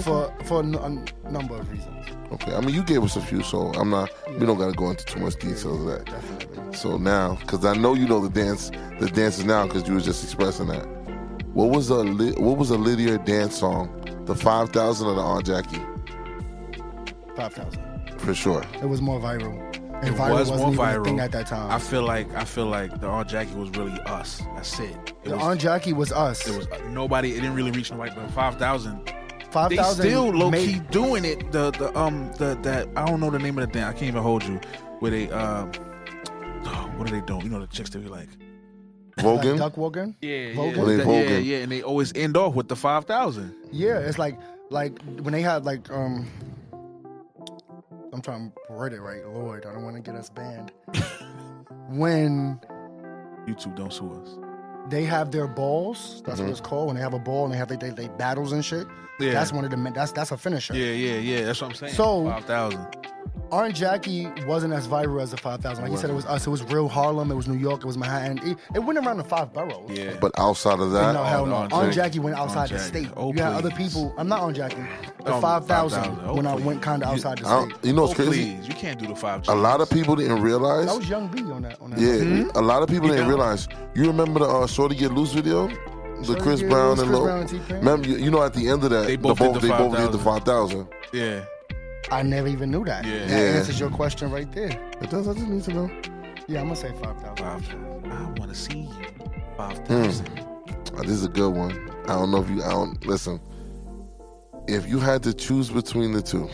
S1: for for a, n- a n- number of reasons.
S2: Okay. I mean, you gave us a few, so I'm not. We don't gotta go into too much details of that.
S1: Definitely.
S2: So now, because I know you know the dance, the dances now, because you was just expressing that. What was a Li- what was a Lydia dance song? The five thousand or the R Jackie?
S1: Five thousand.
S2: For sure.
S1: It was more viral. And
S3: It
S1: viral
S3: was
S1: wasn't
S3: more
S1: even a
S3: viral
S1: thing at that time.
S3: I feel like I feel like the R Jackie was really us. That's it. It
S1: the
S3: was,
S1: on Jackie was us.
S3: it was uh, nobody. It didn't really reach nobody. But five thousand.
S1: Five
S3: They
S1: thousand.
S3: still low key
S1: made-
S3: doing it. The the um the that I don't know the name of the thing. I can't even hold you. Where they um what are they doing? You know the chicks that be like.
S1: like
S2: Vogan.
S1: uh, Duck Wogan.
S3: Yeah,
S1: Vulgar?
S2: Well, they
S3: yeah, yeah,
S2: vulgar.
S3: yeah, and they always end off with the five thousand.
S1: Yeah, it's like like when they had like um I'm trying to word it right, Lord. I don't want to get us banned. when
S3: You two don't sue us.
S1: they have their balls, that's what it's called. When they have a ball and they have they, they, they battles and shit.
S3: Mm-hmm. Yeah.
S1: That's one of the men. That's that's a finisher.
S3: Yeah, yeah, yeah. That's what I'm saying.
S1: So-
S3: five thousand.
S1: Orange Jackie wasn't as viral as the 5,000. Like you said, it was us. It was real Harlem. It was New York. It was Manhattan. It, it went around the five boroughs.
S3: Yeah,
S2: But outside of that,
S1: no, hell no.
S3: on
S1: On,
S3: Jackie.
S1: Jackie, went outside the
S3: Jackie.
S1: state.
S3: Oh,
S1: you had other
S3: please.
S1: people. I'm not on Jackie. The
S3: Um,
S1: 5,000
S3: 5,000.
S1: when
S3: Oh,
S1: I
S3: please.
S1: went kind of outside the
S2: um, I
S1: state.
S2: don't, you know
S3: oh,
S2: it's crazy.
S3: please, you can't do the five.
S2: A lot of
S3: Gs.
S2: people didn't realize.
S1: That was Young B on that. On that
S2: Yeah, a lot of people
S3: Hmm? You
S2: didn't
S3: know?
S2: realize. You remember the uh, Shorty Get Loose video, the
S1: Shorty
S2: Chris
S1: Get
S2: Brown
S1: Loose,
S2: and
S1: Chris
S2: Lil.
S1: Brown and T-Pain?
S2: Remember, you, you know, at the end of that,
S3: They
S2: the
S3: both did the
S2: they both did the 5,000.
S3: Yeah,
S1: I never even knew that.
S3: Yeah.
S1: That
S2: Yeah.
S1: answers your question right there.
S2: It does. I just need to know.
S1: Yeah, I'm gonna say five thousand.
S3: five. I want to see you.
S2: Hmm.
S3: Five thousand.
S2: Oh, this is a good one. I don't know if you. I don't listen. If you had to choose between the two,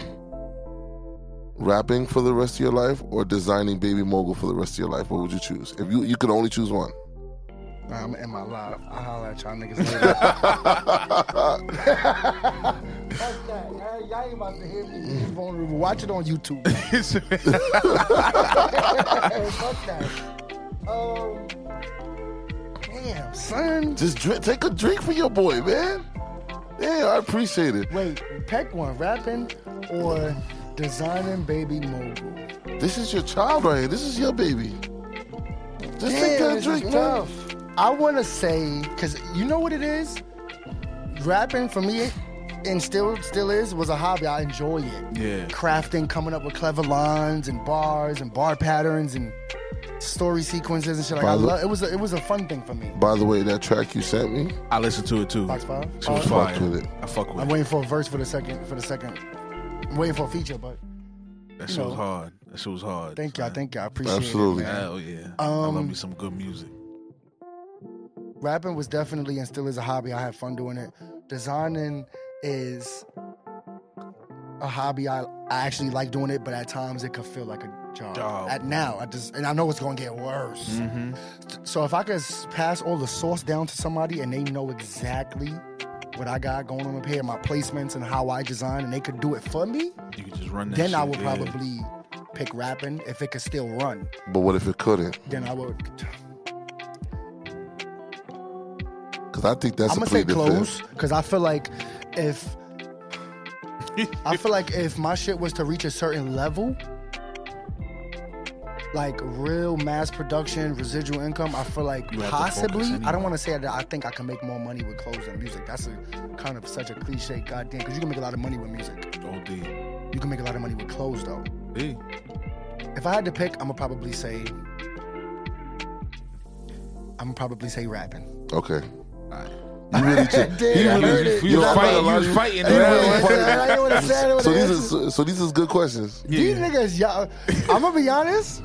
S2: rapping for the rest of your life or designing Baby Mogul for the rest of your life, what would you choose? If you you could only choose one.
S1: I'm in my life. I'll holler at y'all niggas later. Fuck that. Y'all, y'all ain't about to hear me be vulnerable. Watch it on YouTube. Fuck that. Um, damn, son.
S2: Just drink, take a drink for your boy, man. Yeah, I appreciate it.
S1: Wait, peck one, rapping or designing baby mogul?
S2: This is your child right here. This is your baby. Just take
S1: Damn,
S2: that
S1: this
S2: drink,
S1: is
S2: man.
S1: tough. I want to say, because you know what it is? Rapping for me, and still still is, was a hobby. I enjoy it.
S3: Yeah.
S1: Crafting, coming up with clever lines and bars and bar patterns and story sequences and shit. Like
S2: By
S1: I
S2: the-
S1: love it was a, it was a fun thing for me.
S2: By the way, that track you sent me,
S3: I listened to it too.
S1: Box five?
S3: She was
S1: Oh,
S2: I
S3: fire.
S2: fucked with it.
S3: I fuck with
S1: I'm
S3: it.
S1: waiting for a verse for the second for the second. I'm waiting for a feature, but
S3: That shit was
S1: know.
S3: hard. That shit was hard.
S1: Thank y'all.
S3: man.
S1: Thank y'all. I appreciate
S2: Absolutely.
S1: it. man.
S3: Hell yeah. I love
S1: Um,
S3: me some good music.
S1: rapping was definitely and still is a hobby. I have fun doing it. Designing is a hobby. I, I actually like doing it, but at times it could feel like a job.
S3: Job.
S1: At now, I just and I know it's gonna get worse.
S3: Mm-hmm.
S1: So if I could s- pass all the sauce down to somebody and they know exactly what I got going on up here, my placements and how I design, and they could do it for me,
S3: You could just run that
S1: then I
S3: shit,
S1: would
S3: yeah.
S1: probably pick rapping if it could still run.
S2: But what if it couldn't?
S1: Then I would.
S2: Because I think that's
S1: I'm
S2: a
S1: gonna say
S2: pleading
S1: close because I feel like if I feel like if my shit was to reach a certain level, like real mass production, residual income, I feel like
S3: You have to
S1: possibly.
S3: focus
S1: I don't want to say that I think I can make more money with clothes than music. That's a kind of such a cliche, goddamn. Because you can make a lot of money with music.
S3: OD.
S1: You can make a lot of money with clothes though.
S3: Hey,
S1: If I had to pick, I'm gonna probably say. I'm gonna probably say rapping.
S2: Okay.
S3: alright.
S2: You really ch-
S1: Damn, I heard it.
S3: You
S2: not
S3: fight-
S2: gonna lie,
S3: you fighting
S2: you
S3: that
S2: really
S3: one.
S2: fighting.
S1: I ain't wanna say it,
S2: So
S1: but
S2: these
S1: it's-
S2: is so, so these is good questions.
S1: These niggas, y'all. I'm gonna be honest.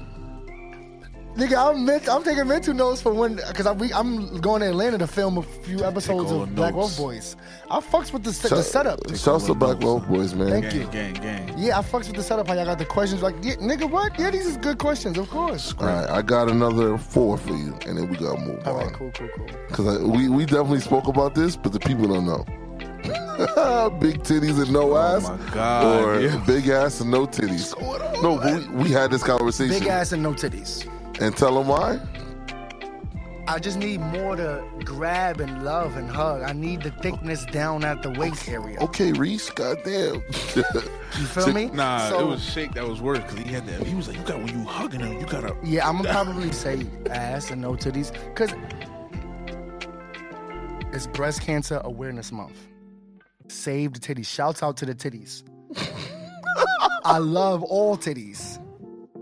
S1: Nigga, I'm meant, I'm taking mental notes for when, cause I, we, I'm going to Atlanta to film a few episodes
S3: all
S1: of Black Wolf
S3: notes.
S1: Boys. I fucks with the, se-
S2: Shout-
S1: the setup.
S2: Shouts to Black Wolf Boys, man.
S1: Thank
S3: Gang,
S1: you.
S3: gang, gang.
S1: Yeah, I fucks with the setup. How y'all got the questions? Like, yeah, nigga, what? Yeah, these is good questions, of course.
S2: All right, I got another four for you, and then we gotta move
S1: All right,
S2: on.
S1: cool, cool, cool.
S2: Because we, we definitely spoke about this, but the people don't know. big titties and no ass,
S3: Oh my God,
S2: or
S3: yeah.
S2: big ass and no titties. No, but we, we had this conversation.
S1: Big ass and no titties.
S2: And tell them why.
S1: I just need more to grab and love and hug. I need the thickness down at the waist area.
S2: Okay, Oh, Reese, goddamn.
S1: You feel me?
S3: Nah,
S1: So-
S3: it was Shake that was worse because he had that. He was like, "You got when you hugging him, you gotta."
S1: Yeah, I'm gonna probably say ass and no titties because it's Breast Cancer Awareness Month. Save the titties. Shouts out to the titties. I love all titties.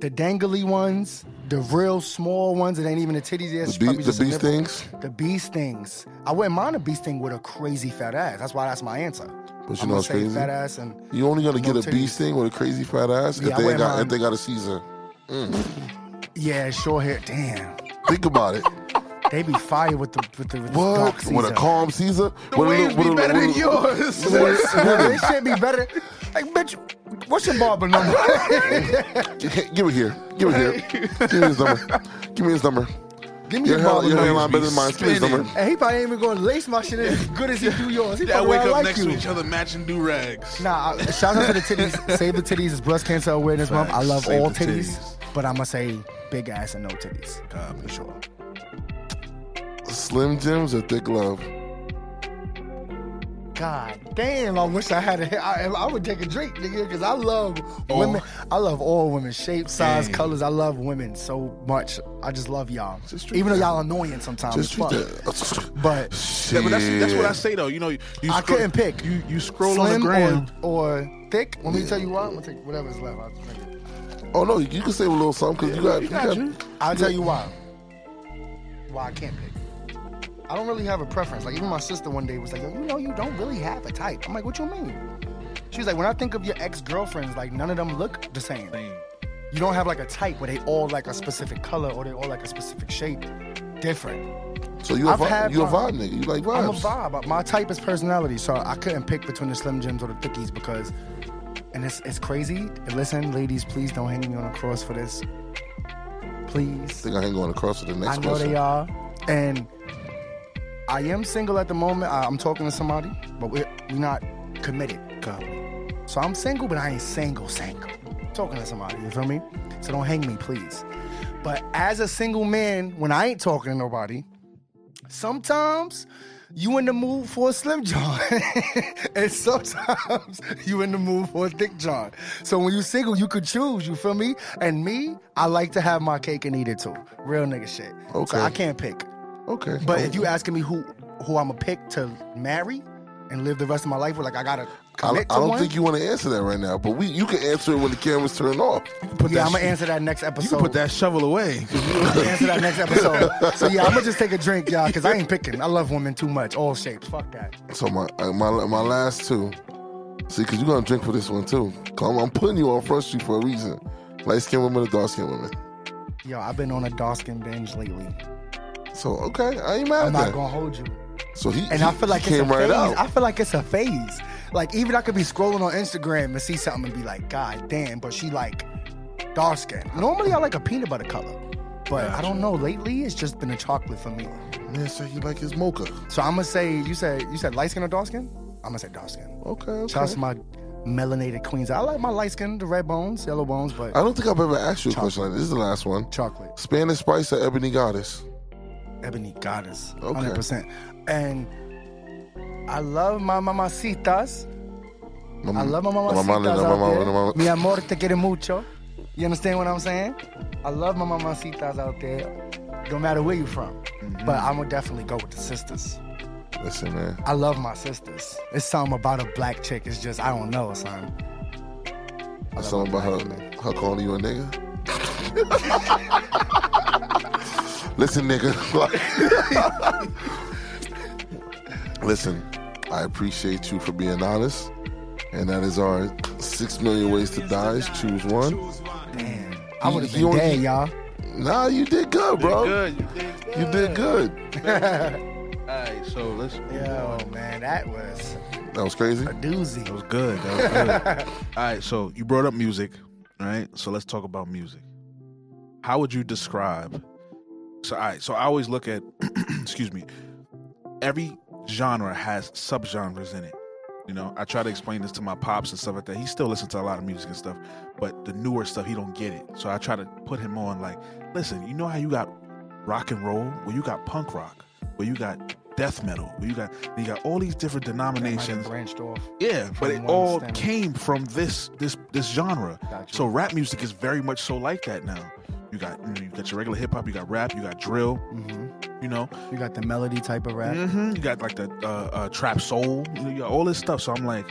S1: The dangly ones, the real small ones. It ain't even the titties. It's
S2: the bee,
S1: probably
S2: the
S1: just a
S2: bee
S1: nipple.
S2: stings,
S1: The beast things. I wouldn't mind a beast thing with a crazy fat ass. That's why that's my answer.
S2: But you
S1: I'm
S2: know
S1: gonna
S2: what's
S1: say
S2: crazy?
S1: fat ass and
S2: you only gonna
S1: No
S2: get a bee
S1: titties.
S2: sting with a crazy fat ass
S1: Yeah, I
S2: if they
S1: wouldn't
S2: got if
S1: mind.
S2: they got a Caesar.
S1: yeah, short hair. Damn,
S2: Think about it.
S1: they be fire with the with the with the dark
S2: What? With a
S1: Caesar.
S2: calm Caesar?
S3: The waves be better than yours.
S1: Oh, this shit be better. Like, bitch, what's your barber number?
S2: Give it here. Give it here. Give me his number. Give me his number.
S1: Give me
S2: Your,
S1: your
S2: hair,
S1: barber
S2: your
S1: number.
S2: hairline better than mine. Give me his number.
S1: And he probably ain't even going to lace my shit in as good as he do yours. He
S3: That
S1: probably
S3: wake
S1: don't
S3: up
S1: like
S3: next
S1: you.
S3: to each other matching do rags.
S1: Nah, I- shout out to the titties. Save the titties is breast cancer awareness month. I
S3: Facts.
S1: love
S3: Save
S1: all
S3: the
S1: titties,
S3: titties.
S1: but I'm gonna say big ass and no titties for sure.
S2: Slim Jims or Thick Love?
S1: God damn! I wish I had a. I, I would take a drink, nigga, because I love women. I love all women, shape, size,
S3: Oh. Dang.
S1: colors. I love women so much. I just love y'all,
S2: Just treat
S1: even though
S2: them.
S1: y'all annoying sometimes.
S2: Just
S1: as
S2: treat
S1: fuck.
S2: that.
S1: But
S3: Yeah,
S2: Shit.
S3: but that's, that's what I say though. You know, you
S1: I
S3: scro-
S1: couldn't pick.
S3: You you scroll on the
S1: slim
S3: gram.
S1: or, or thick. Let me tell you why. I'm gonna take whatever's left. I'll, just drink it.
S2: Oh no, you can say a little something because you
S3: got
S2: got.
S3: you.
S1: I'll tell you why. Why I can't pick. I don't really have a preference. Like even my sister one day was like, "Yo, you know, you don't really have a type." I'm like, "What you mean?" She was like, "When I think of your ex girlfriends, like none of them look the same. You don't have like a type where they all like a specific color or they all like a specific shape. Different.
S2: So you a
S1: I've
S2: vibe,
S1: had
S2: you a
S1: mine.
S2: vibe nigga. You like
S1: I'm a
S2: vibes.
S1: vibe. My type is personality, so I couldn't pick between the Slim Jims or the Thickies because, and it's it's crazy. And listen, ladies, please don't hang me on the cross for this. Please,
S2: think I ain't going across to the
S1: I
S2: next
S1: know they
S2: question.
S1: are, and I am single at the moment. I, I'm talking to somebody, but we're we're not committed. So I'm single, but I ain't single single. Talking to somebody, you feel me? So don't hang me, please. But as a single man, when I ain't talking to nobody, sometimes you in the mood for a slim john and sometimes you in the mood for a thick john so when you single you could choose you feel me and me i like to have my cake and eat it too real nigga shit
S2: Okay.
S1: so i can't pick
S2: Okay, Oh,
S1: but if you asking me who who i'm a pick to marry and live the rest of my life with like i gotta
S2: I, I
S1: commit to
S2: don't
S1: one,
S2: think you want to answer that right now, but we you can answer it when the cameras turn off.
S3: Put
S1: yeah
S3: that
S1: i'm gonna
S3: sh-
S1: answer that next episode
S3: You can put that shovel away.
S1: I'ma answer that next episode so yeah i'm gonna just take a drink y'all because i ain't picking i love women too much all shapes fuck that
S2: So my uh, my my last two. See, because you're gonna drink for this one too. 'Cause I'm, I'm putting you on front street for a reason. Light skinned women or dark skinned women?
S1: Yo, I've been on a Dawson binge lately.
S2: So okay, I ain't
S1: I'm
S2: mad at
S1: not
S2: that.
S1: gonna hold you.
S2: So he
S1: And I feel like
S2: he
S1: it's a
S2: came right
S1: phase.
S2: out.
S1: I feel like it's a phase. Like even I could be scrolling on Instagram and see something and be like, God damn, but she like dark skin. Normally I like a peanut butter color. But I don't know. Lately it's just been a chocolate for me.
S2: Man said he like his mocha.
S1: So I'ma say you said you said light skin or dark skin? I'ma say dark skin.
S2: Okay,
S1: Shout out
S2: okay.
S1: to my melanated queens. I like my light skin, the red bones, yellow bones, but
S2: I don't think I've ever asked you a question like this. This is the last one.
S1: chocolate.
S2: Spanish Spice or Ebony Goddess?
S1: Ebony Goddess.
S2: Okay.
S1: 100%. And I love my mamacitas. I love my
S2: Mm-hmm.
S1: mamacitas. out there. Mi amor, te quiere mucho. You understand what I'm saying? I love my mamacitas out there. Don't matter where you're from.
S2: Mm-hmm.
S1: But I'm going to definitely go with the sisters.
S2: Listen, man.
S1: I love my sisters. It's something about a black chick. It's just, I don't know, son.
S2: That's something about her, her calling you a nigga. Listen, nigga. like- Listen, I appreciate you for being honest. And that is our six million ways to die. is Choose one.
S1: Man, I would have
S2: You-
S1: been
S2: you-
S1: dead, y'all.
S2: Nah, you did good,
S1: Oh.
S2: bro.
S3: Good, you did good.
S2: You did good.
S3: All right, so let's.
S1: Yo, man, that was
S2: That was crazy.
S1: a doozy.
S3: That was good. That was good. All right, so you brought up music, right? So let's talk about music. How would you describe? So, all right, so I always look at, excuse me, every genre has subgenres in it. You know, I try to explain this to my pops and stuff like that. He still listens to a lot of music and stuff, but the newer stuff he don't get it. So I try to put him on like, listen, you know how you got rock and roll, where you got punk rock, where you got death metal, where you got you got all these different
S1: I might have
S3: denominations.
S1: branched off.
S3: Yeah, but
S1: from
S3: it
S1: one
S3: all
S1: standard.
S3: came from this this this genre.
S1: Gotcha.
S3: So rap music is very much so like that now. You got you, know, you got your regular hip hop, you got rap, you got drill,
S1: hmm
S3: you know,
S1: You got the melody type of rap.
S3: hmm you got like the uh, uh, trap soul, you, know, you got all this stuff. So I'm like,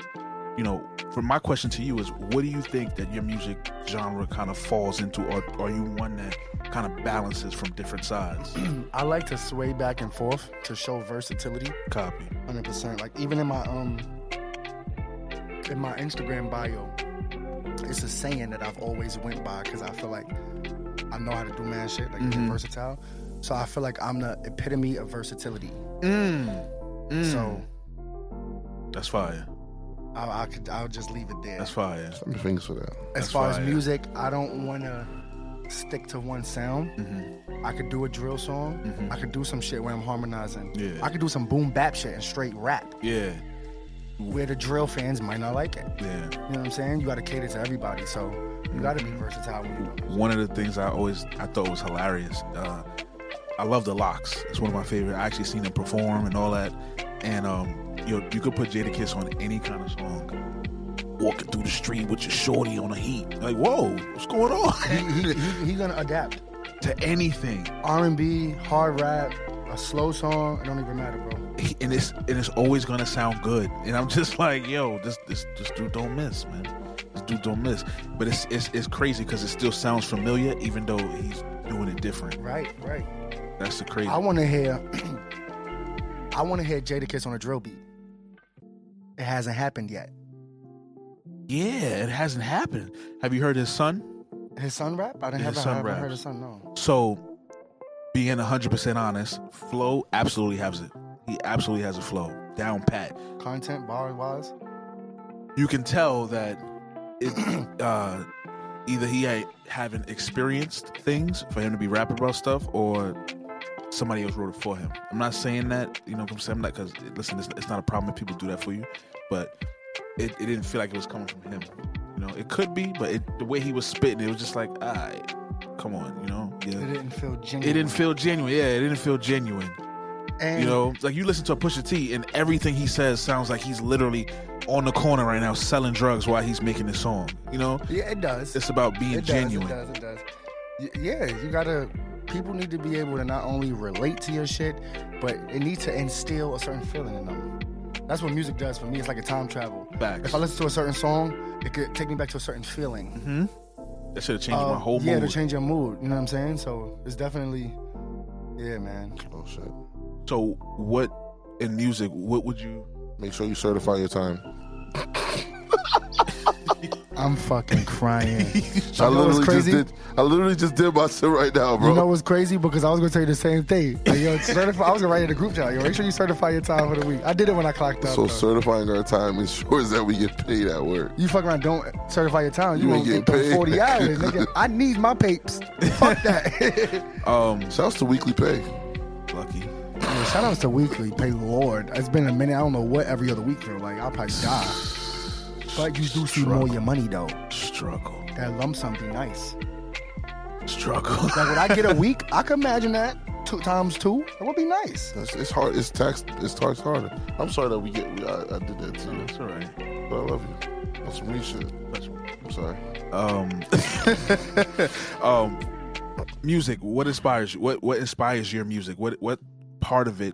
S3: you know, for my question to you is, what do you think that your music genre kind of falls into, or are you one that kind of balances from different sides?
S1: I like to sway back and forth to show versatility.
S3: Copy.
S1: Hundred percent. Like even in my um in my Instagram bio, it's a saying that I've always went by because I feel like I know how to do man shit, like
S3: Mhm.
S1: being versatile. So I feel like I'm the epitome of versatility.
S3: Mm. Mm.
S1: So
S3: that's fire.
S1: I, I could I'll just leave it there.
S3: That's fire.
S2: Clap your fingers for that.
S1: as
S3: that's
S1: far
S3: fire.
S1: as music, I don't want to stick to one sound.
S3: Mhm.
S1: I could do a drill song.
S3: Mhm.
S1: I could do some shit where I'm harmonizing.
S3: Yeah.
S1: I could do some boom bap shit and straight rap
S3: Yeah.
S1: where the drill fans might not like it.
S3: Yeah.
S1: You know what I'm saying? You got to cater to everybody, so you got to be versatile when you do. it.
S3: one of the things I always I thought was hilarious. Uh, I love the locks. It's one of my favorite. I actually seen them perform and all that. And um, you know, you could put Jada Kiss on any kind of song. Walking through the street with your shorty on a heat, like whoa, what's going on?
S1: He, he, he gonna adapt.
S3: to anything,
S1: R&B, hard rap, a slow song. It don't even matter, bro.
S3: He- and it's and it's always gonna sound good. And I'm just like, yo, this this this dude don't miss, man. This dude don't miss. But it's it's it's crazy because it still sounds familiar, even though he's doing it different.
S1: Right, right.
S3: That's the crazy.
S1: I want to hear. I want to hear Jada Kiss on a drill beat. It hasn't happened yet.
S3: Yeah, it hasn't happened. Have you heard his son?
S1: His son rap? I didn't
S3: Yeah,
S1: have
S3: his
S1: I
S3: son
S1: haven't heard
S3: raps.
S1: his son. No.
S3: So, being 100% honest, Flo absolutely has it. He absolutely has a flow down pat.
S1: Content bar wise.
S3: You can tell that it, uh, either he ain't haven't experienced things for him to be rapping about stuff or somebody else wrote it for him. I'm not saying that, you know what I'm saying? Because, listen, it's, it's not a problem if people do that for you, but it, it didn't feel like it was coming from him. You know, it could be, but it, the way he was spitting, it was just like, all right, come on, you know?
S1: It
S3: Yeah.
S1: didn't feel genuine.
S3: It didn't feel genuine. Yeah, it didn't feel genuine.
S1: And
S3: You know, like you listen to a Pusha T, and everything he says sounds like he's literally on the corner right now selling drugs while he's making this song. You know,
S1: Yeah, it does.
S3: it's about being
S1: it
S3: genuine.
S1: Does, it does. It does. Y- yeah, you gotta. People need to be able to not only relate to your shit, but it needs to instill a certain feeling in them. That's what music does for me. It's like a time travel.
S3: Facts.
S1: If I listen to a certain song, it could take me back to a certain feeling.
S3: That should have changed Mhm. my
S1: Uh,
S3: whole
S1: yeah, to
S3: mood.
S1: change your mood. You know what I'm saying? So it's definitely, yeah, man.
S2: Oh shit.
S3: so, what in music? What would you?
S2: Make sure you certify your time.
S1: I'm fucking crying. You know
S2: I
S1: what's
S2: literally just
S1: crazy?
S2: did. I literally just did my shit right now, bro.
S1: You know what's crazy? Because I was gonna tell you the same thing. Like, yo, certify, I was gonna write in the group chat. Yo, make sure you certify your time for the week. I did it when I clocked up.
S2: so
S1: though.
S2: certifying our time ensures that we get paid at work.
S1: you fuck around, don't certify your time. You,
S2: You ain't
S1: won't get
S2: getting
S1: those
S2: paid.
S1: 40 hours, nigga. I need my papes. Fuck that.
S3: Um,
S2: Shouts to weekly pay.
S3: lucky.
S1: Yeah, shout outs to weekly. Pay Lord. It's been a minute. I don't know what every other week feel like. I'll probably die. But you do see more of your money though.
S3: Struggle.
S1: That lump sum be nice.
S3: Struggle.
S1: Like when I get a week, I can imagine that two times two. It would be nice.
S2: It's, it's hard. It's tax. It's tax harder. I'm sorry that we get. We, I, I did that to you,
S3: That's all right.
S2: but I love you. On some weed shit. I'm sorry.
S3: Um, um, music. What inspires you? What What inspires your music? What What part of it?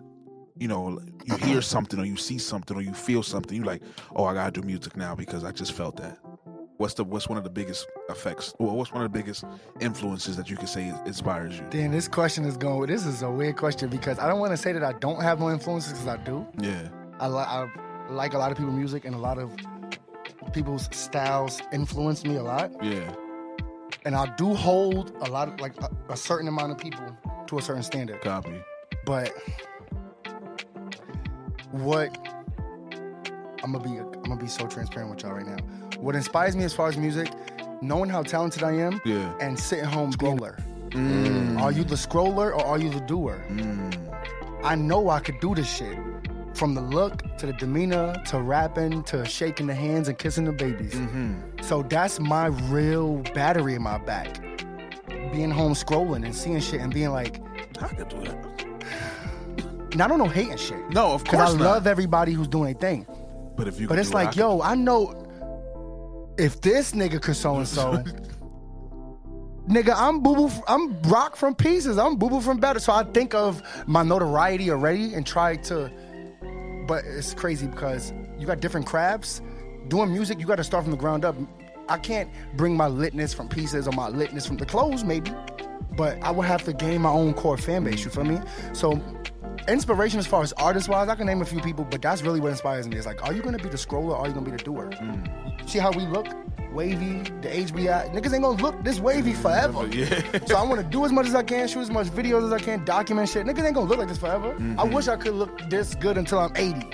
S3: You know, you hear something, or you see something, or you feel something. You like, oh, I gotta do music now because I just felt that. What's the What's one of the biggest effects? Or what's one of the biggest influences that you could say inspires you?
S1: Then this question is going. This is a weird question because I don't want to say that I don't have no influences because I do.
S3: Yeah.
S1: I, li- I like a lot of people's music and a lot of people's styles influence me a lot.
S3: Yeah.
S1: And I do hold a lot of like a, a certain amount of people to a certain standard.
S3: Copy.
S1: But what I'm gonna be I'm gonna be so transparent with y'all right now. What inspires me as far as music, knowing how talented I am,
S3: Yeah.
S1: and sitting home scroller.
S3: Mm.
S1: Are you the scroller or are you the doer?
S3: Mm.
S1: I know I could do this shit. From the look to the demeanor to rapping to shaking the hands and kissing the babies.
S3: Mm-hmm.
S1: So that's my real battery in my back. Being home scrolling and seeing shit and being like,
S3: I could do that.
S1: and I don't know hating shit.
S3: No, of
S1: Because I
S3: course not.
S1: love everybody who's doing their thing.
S3: But if you,
S1: But
S3: could
S1: it's
S3: do it, I
S1: like,
S3: could
S1: yo, I know if this nigga could so and so. Nigga, I'm boo boo. I'm rock from pieces. I'm boo boo from better. So I think of my notoriety already and try to. But it's crazy because you got different crafts. Doing music, you got to start from the ground up. I can't bring my litness from pieces or my litness from the clothes, maybe. But I would have to gain my own core fan base. You feel me? So inspiration as far as artist wise, I can name a few people, but that's really what inspires me. It's like, are you gonna be the scroller or are you gonna be the doer? See how we look? Wavy, the age we at. Niggas ain't gonna look this wavy
S3: Oh,
S1: forever. so I wanna do as much as I can, shoot as much videos as I can, document shit. Niggas ain't gonna look like this forever.
S3: Mm-hmm.
S1: I wish I could look this good until I'm 80.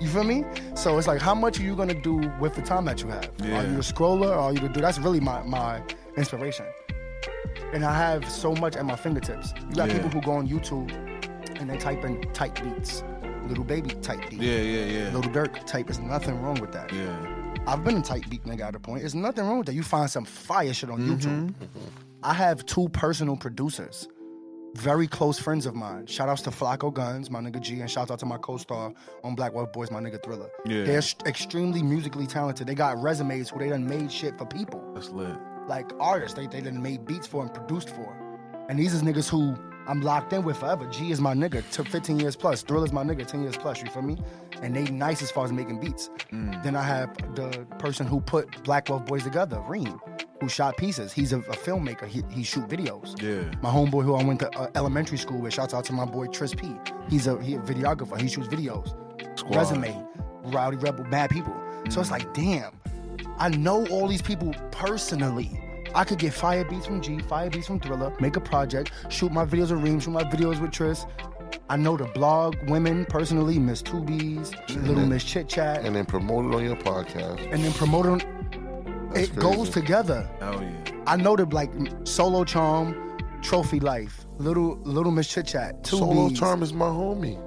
S1: You feel me? So it's like, how much are you gonna do with the time that you have? Are you the scroller or are you the do? That's really my, my inspiration. And I have so much at my fingertips. You got
S3: Yeah.
S1: people who go on YouTube and they type in tight beats, little baby tight beat,
S3: Yeah, yeah, yeah.
S1: little Dirk type. There's nothing wrong with that.
S3: Yeah.
S1: I've been a tight beat nigga at a point. There's nothing wrong with that. You find some fire shit on YouTube. I have two personal producers, very close friends of mine. Shout outs to Flacco Guns, my nigga G, and shout out to my co-star on Black White Boys, my nigga Thriller.
S3: Yeah.
S1: They're s- extremely musically talented. They got resumes where they done made shit for people
S3: That's lit.
S1: like artists they, they done made beats for and produced for. And these is niggas who I'm locked in with forever. G is my nigga, took 15 years plus. Thrill is my nigga, 10 years plus, you feel me? And they nice as far as making beats. Then I have the person who put Black Love Boys together, Reem, who shot pieces. He's a, a filmmaker, he, he shoot videos.
S3: Yeah.
S1: My homeboy who I went to uh, elementary school with, shouts out to my boy Tris P. He's a, he a videographer, he shoots videos.
S3: Squad.
S1: Resume, Rowdy Rebel, Bad People. So it's like, damn, I know all these people personally. I could get fire beats from G, fire beats from Thriller, make a project, shoot my videos with Reem, shoot my videos with Tris. I know the blog women personally, Miss Two B's, Little
S2: Mm-hmm.
S1: Miss Chit Chat,
S2: And then promote it on your podcast.
S1: and then promote them.
S2: That's
S1: It
S2: crazy.
S1: goes together.
S3: Hell yeah.
S1: I know that like Solo Charm, Trophy Life, Little Little Miss Chit Chat, Two
S2: Solo
S1: B's,
S2: Charm is my homie.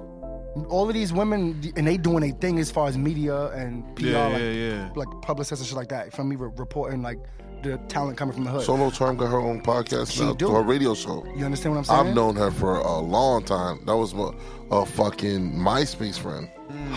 S1: all of these women and they doing a thing as far as media and PR,
S3: Yeah,
S1: like,
S3: yeah, yeah.
S1: like publicists and shit like that. From me re- reporting like the talent coming from the hood.
S2: Solo Charm got her own podcast
S1: She
S2: now,
S1: do.
S2: her radio show.
S1: you understand what I'm saying?
S2: I've known her for a long time. That was my, a fucking MySpace friend.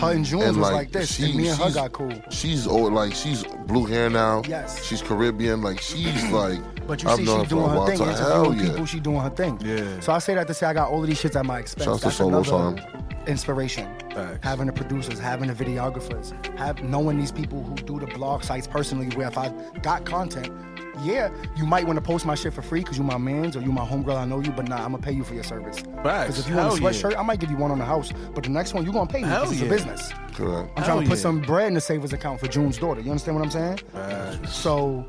S1: her and June Mm. was like, this, and me and her
S2: she's-
S1: got cool.
S2: She's old, like she's blue hair now.
S1: Yes.
S2: she's Caribbean. Like she's like.
S1: But you
S2: I've
S1: see,
S2: known
S1: she
S2: for a
S1: doing her
S2: while
S1: thing,
S2: time.
S1: interviewing
S2: Hell yeah.
S1: people. She doing her thing.
S3: Yeah.
S1: So I say that to say I got all of these shits at my expense.
S2: Shouts to
S1: That's
S2: Solo
S1: another
S2: Time.
S1: inspiration.
S3: Facts.
S1: Having the producers, having the videographers, have knowing these people who do the blog sites personally. Where if I got content, yeah, you might want to post my shit for free because you my man's or you my homegirl, I know you, but nah, I'm gonna pay you for your service. Because
S3: Facts.
S1: if you want a
S3: Hell yeah.
S1: sweatshirt, I might give you one on the house, but the next one you gonna pay me
S3: Hell
S1: 'cause it's
S3: yeah.
S1: a business.
S2: Correct.
S1: I'm
S3: Hell
S1: trying to put
S3: yeah.
S1: some bread in the savings account for June's daughter. You understand what I'm saying? So,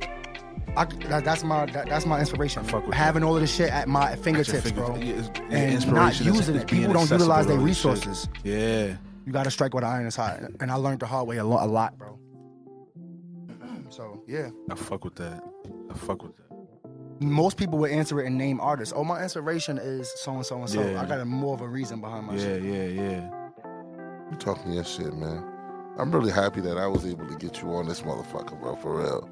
S1: I, that, that's my that, that's my inspiration.
S3: fuck with
S1: Having all of this shit at my fingertips, bro,
S3: Yeah, it's- yeah,
S1: and not
S3: inspiration is-
S1: using
S3: is
S1: it.
S3: being
S1: People don't
S3: accessible
S1: utilize
S3: to
S1: their
S3: all this shit.
S1: resources.
S3: Yeah.
S1: You got to strike while the iron is hot, and I learned the hard way a lot, a lot bro. So yeah,
S3: I fuck with that. I fuck with that.
S1: most people would answer it and name artists. Oh, my inspiration is so and so and so.
S3: Yeah.
S1: I got a more of a reason behind my
S3: Yeah,
S1: shit.
S3: yeah, yeah.
S2: You talking your shit, man. I'm really happy that I was able to get you on this motherfucker, bro. For real.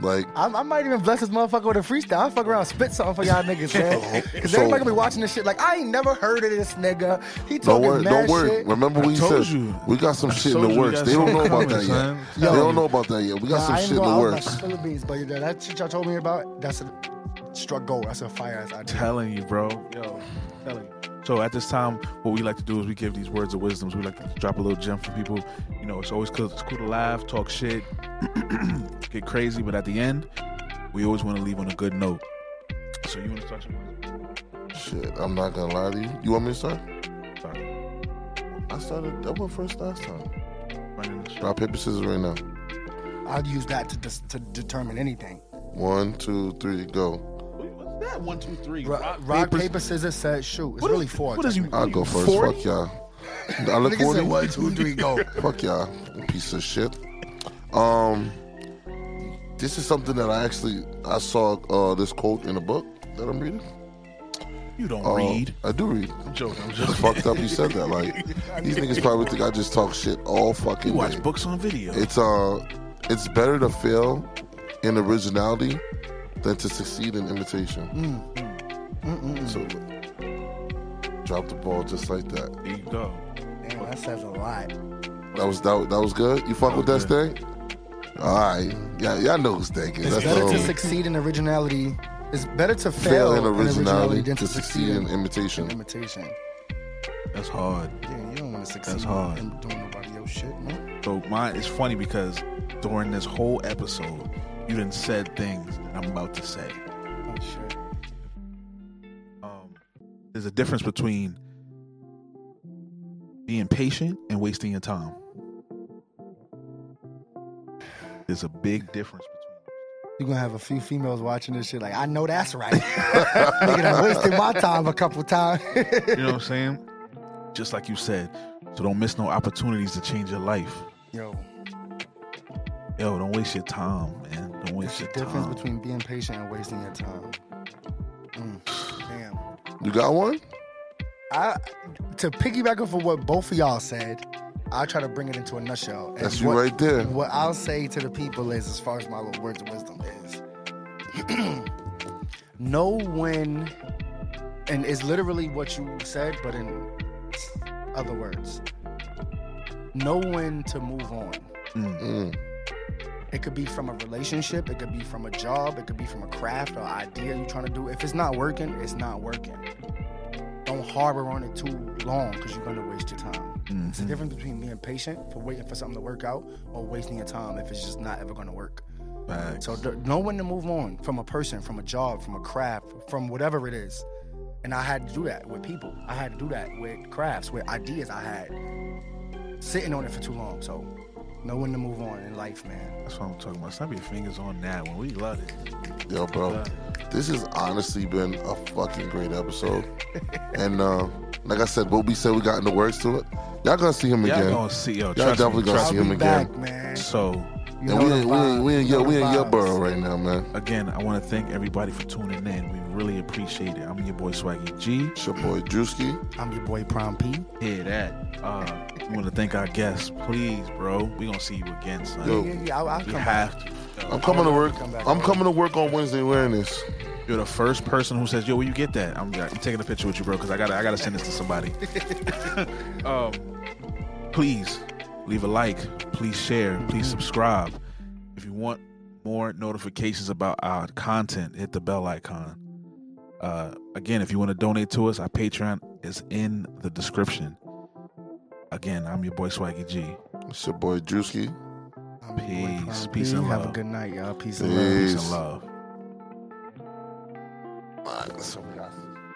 S2: Like,
S1: I, I might even bless this motherfucker with a freestyle. I'll fuck around, and spit something for y'all niggas, man. Because
S2: So-
S1: everybody gonna be watching this shit like, I ain't never heard of this nigga. He
S2: don't
S1: talking
S2: worry,
S1: mad
S2: don't worry.
S1: shit.
S2: Remember
S3: I
S2: we
S3: told
S2: said
S3: you.
S2: we got some shit in
S3: told
S2: the
S3: you we
S2: works.
S3: got
S2: They don't
S3: something
S2: know about that
S3: coming,
S2: yet.
S3: son.
S2: They
S1: Yo.
S2: don't know about that yet. We got
S1: Nah,
S2: some
S1: I
S2: shit
S1: ain't
S2: in
S1: gonna-
S2: the
S1: I was about
S2: works.
S1: to spill the beans, but yeah, that shit y'all told me about, that's a struck gold. That's a fire ass idea.
S3: Telling you, bro. Yo, telling you. So at this time, what we like to do is we give these words of wisdoms. We like to drop a little gem for people. You know, it's always cool, it's cool to laugh, talk shit, get crazy, but at the end, we always want to leave on a good note. So you want to start some
S2: Shit, I'm not gonna lie to you. You want me to start?
S3: start
S2: I started. I went first last time.
S3: running the show.
S2: Rock paper scissors right now.
S1: I'd use that to dis- to determine anything.
S2: One, two, three, go.
S3: What's that? One, two, three.
S1: Ro- Rock, paper, scissors, said shoot. It's
S3: What is-
S1: really four.
S3: what is you-
S2: I'll go first.
S3: 40?
S2: Fuck y'all. I look
S1: Nigga
S2: forty.
S1: said one, two, three, go.
S2: Fuck y'all, piece of shit. Um, this is something that I actually I saw uh, this quote in a book that I'm reading.
S3: You don't
S1: Oh.
S2: Uh,
S3: read.
S2: I do read.
S3: I'm joking. I'm
S2: It's
S3: joking.
S2: fucked up. You said that. Like these niggas probably think I just talk shit all fucking
S3: You watch
S2: day.
S3: books on video.
S2: It's uh, it's better to fail in originality than to succeed in imitation. mm, So drop the ball just like that.
S3: there you go.
S1: Damn, that says a lot.
S2: That was that, that was good. You fuck with that
S3: was
S2: stank? All right, yeah, y'all know who stank is.
S1: It's
S2: That's
S1: better
S2: the
S1: to
S2: homie.
S1: succeed in originality. It's better to fail,
S2: fail in originality
S1: than
S2: to succeed in imitation.
S1: imitation.
S3: That's hard.
S1: Yeah, you don't want to succeed
S3: That's hard.
S1: in doing nobody else's shit, man.
S3: So mine is funny because during this whole episode, you done said things that I'm about to say.
S1: Oh, shit.
S3: Um, there's a difference between being patient and wasting your time. There's a big difference
S1: You're gonna have a few females watching this shit. Like, I know that's right. Nigga, done wasted my time a couple times.
S3: between. You know what I'm saying? Just like you said. So don't miss no opportunities to change your life.
S1: Yo,
S3: Yo, don't waste your time, man. Don't
S1: it's
S3: waste
S1: the
S3: your
S1: difference
S3: time.
S1: between being patient and wasting your time. Mm, damn.
S2: You got one?
S1: I to piggyback off of what both of y'all said, I'll try to bring it into a nutshell. And
S2: That's you
S1: what-
S2: right there.
S1: What I'll say to the people is, as far as my little words of wisdom is, know when, and it's literally what you said, but in other words, know when to move on.
S2: Mm.
S1: It could be from a relationship, it could be from a job, it could be from a craft or idea you're trying to do. If it's not working, it's not working. Don't harbor on it too long because you're gonna waste your time.
S2: Mm-hmm.
S1: It's the difference between being patient for waiting for something to work out or wasting your time if it's just not ever gonna work.
S3: Facts.
S1: So th- know when to move on from a person, from a job, from a craft, from whatever it is. And I had to do that with people. I had to do that with crafts, with ideas I had. Sitting on it for too long. So know when to move on in life, man.
S3: That's what I'm talking about. Snap your fingers on that one. We love it.
S2: Yo, bro, this has honestly been a fucking great episode. and uh, like I said, what we said we got in the works to it. Y'all gonna see him
S3: Y'all
S2: again.
S3: gonna see. Yo,
S2: Y'all
S3: trust
S2: definitely
S3: me,
S2: gonna
S3: trust
S2: see
S3: me.
S2: him
S1: I'll be
S2: again.
S1: back, man.
S3: So
S1: You
S2: and
S1: know
S2: we
S1: the
S2: ain't, we ain't, we ain't,
S1: vibes. You
S2: your,
S1: know
S2: we
S1: the
S2: ain't your
S1: vibes.
S2: borough right now, man.
S3: again, I want to thank everybody for tuning in. We really appreciate it. I'm your boy Swaggy G.
S2: It's your boy Drewski.
S1: I'm your boy Prime P.
S3: Hear that? Uh, we want to thank our guests. Please, bro. We gonna see you again, son.
S2: Yo,
S1: Yeah, yeah, yeah. I'll, I'll
S3: you
S1: come back.
S3: have to.
S2: I'm coming to work.
S1: Come back.
S2: I'm coming to work on Wednesday wearing this.
S3: You're the first person who says, "Yo, where you get that?" I'm, like, I'm taking a picture with you, bro, because I gotta, I gotta send this to somebody. um, please leave a like. Please share. Please subscribe. If you want more notifications about our content, hit the bell icon. Uh, again, if you want to donate to us, our Patreon is in the description. Again, I'm your boy Swaggy G.
S2: It's your boy Drewski.
S1: I'm your boy,
S3: Peace.
S1: Prime
S3: Peace
S1: P.
S3: and
S1: Have a
S3: love.
S1: good night, y'all. Peace and love.
S3: Peace
S2: Peace.
S3: and love.
S2: God.
S1: So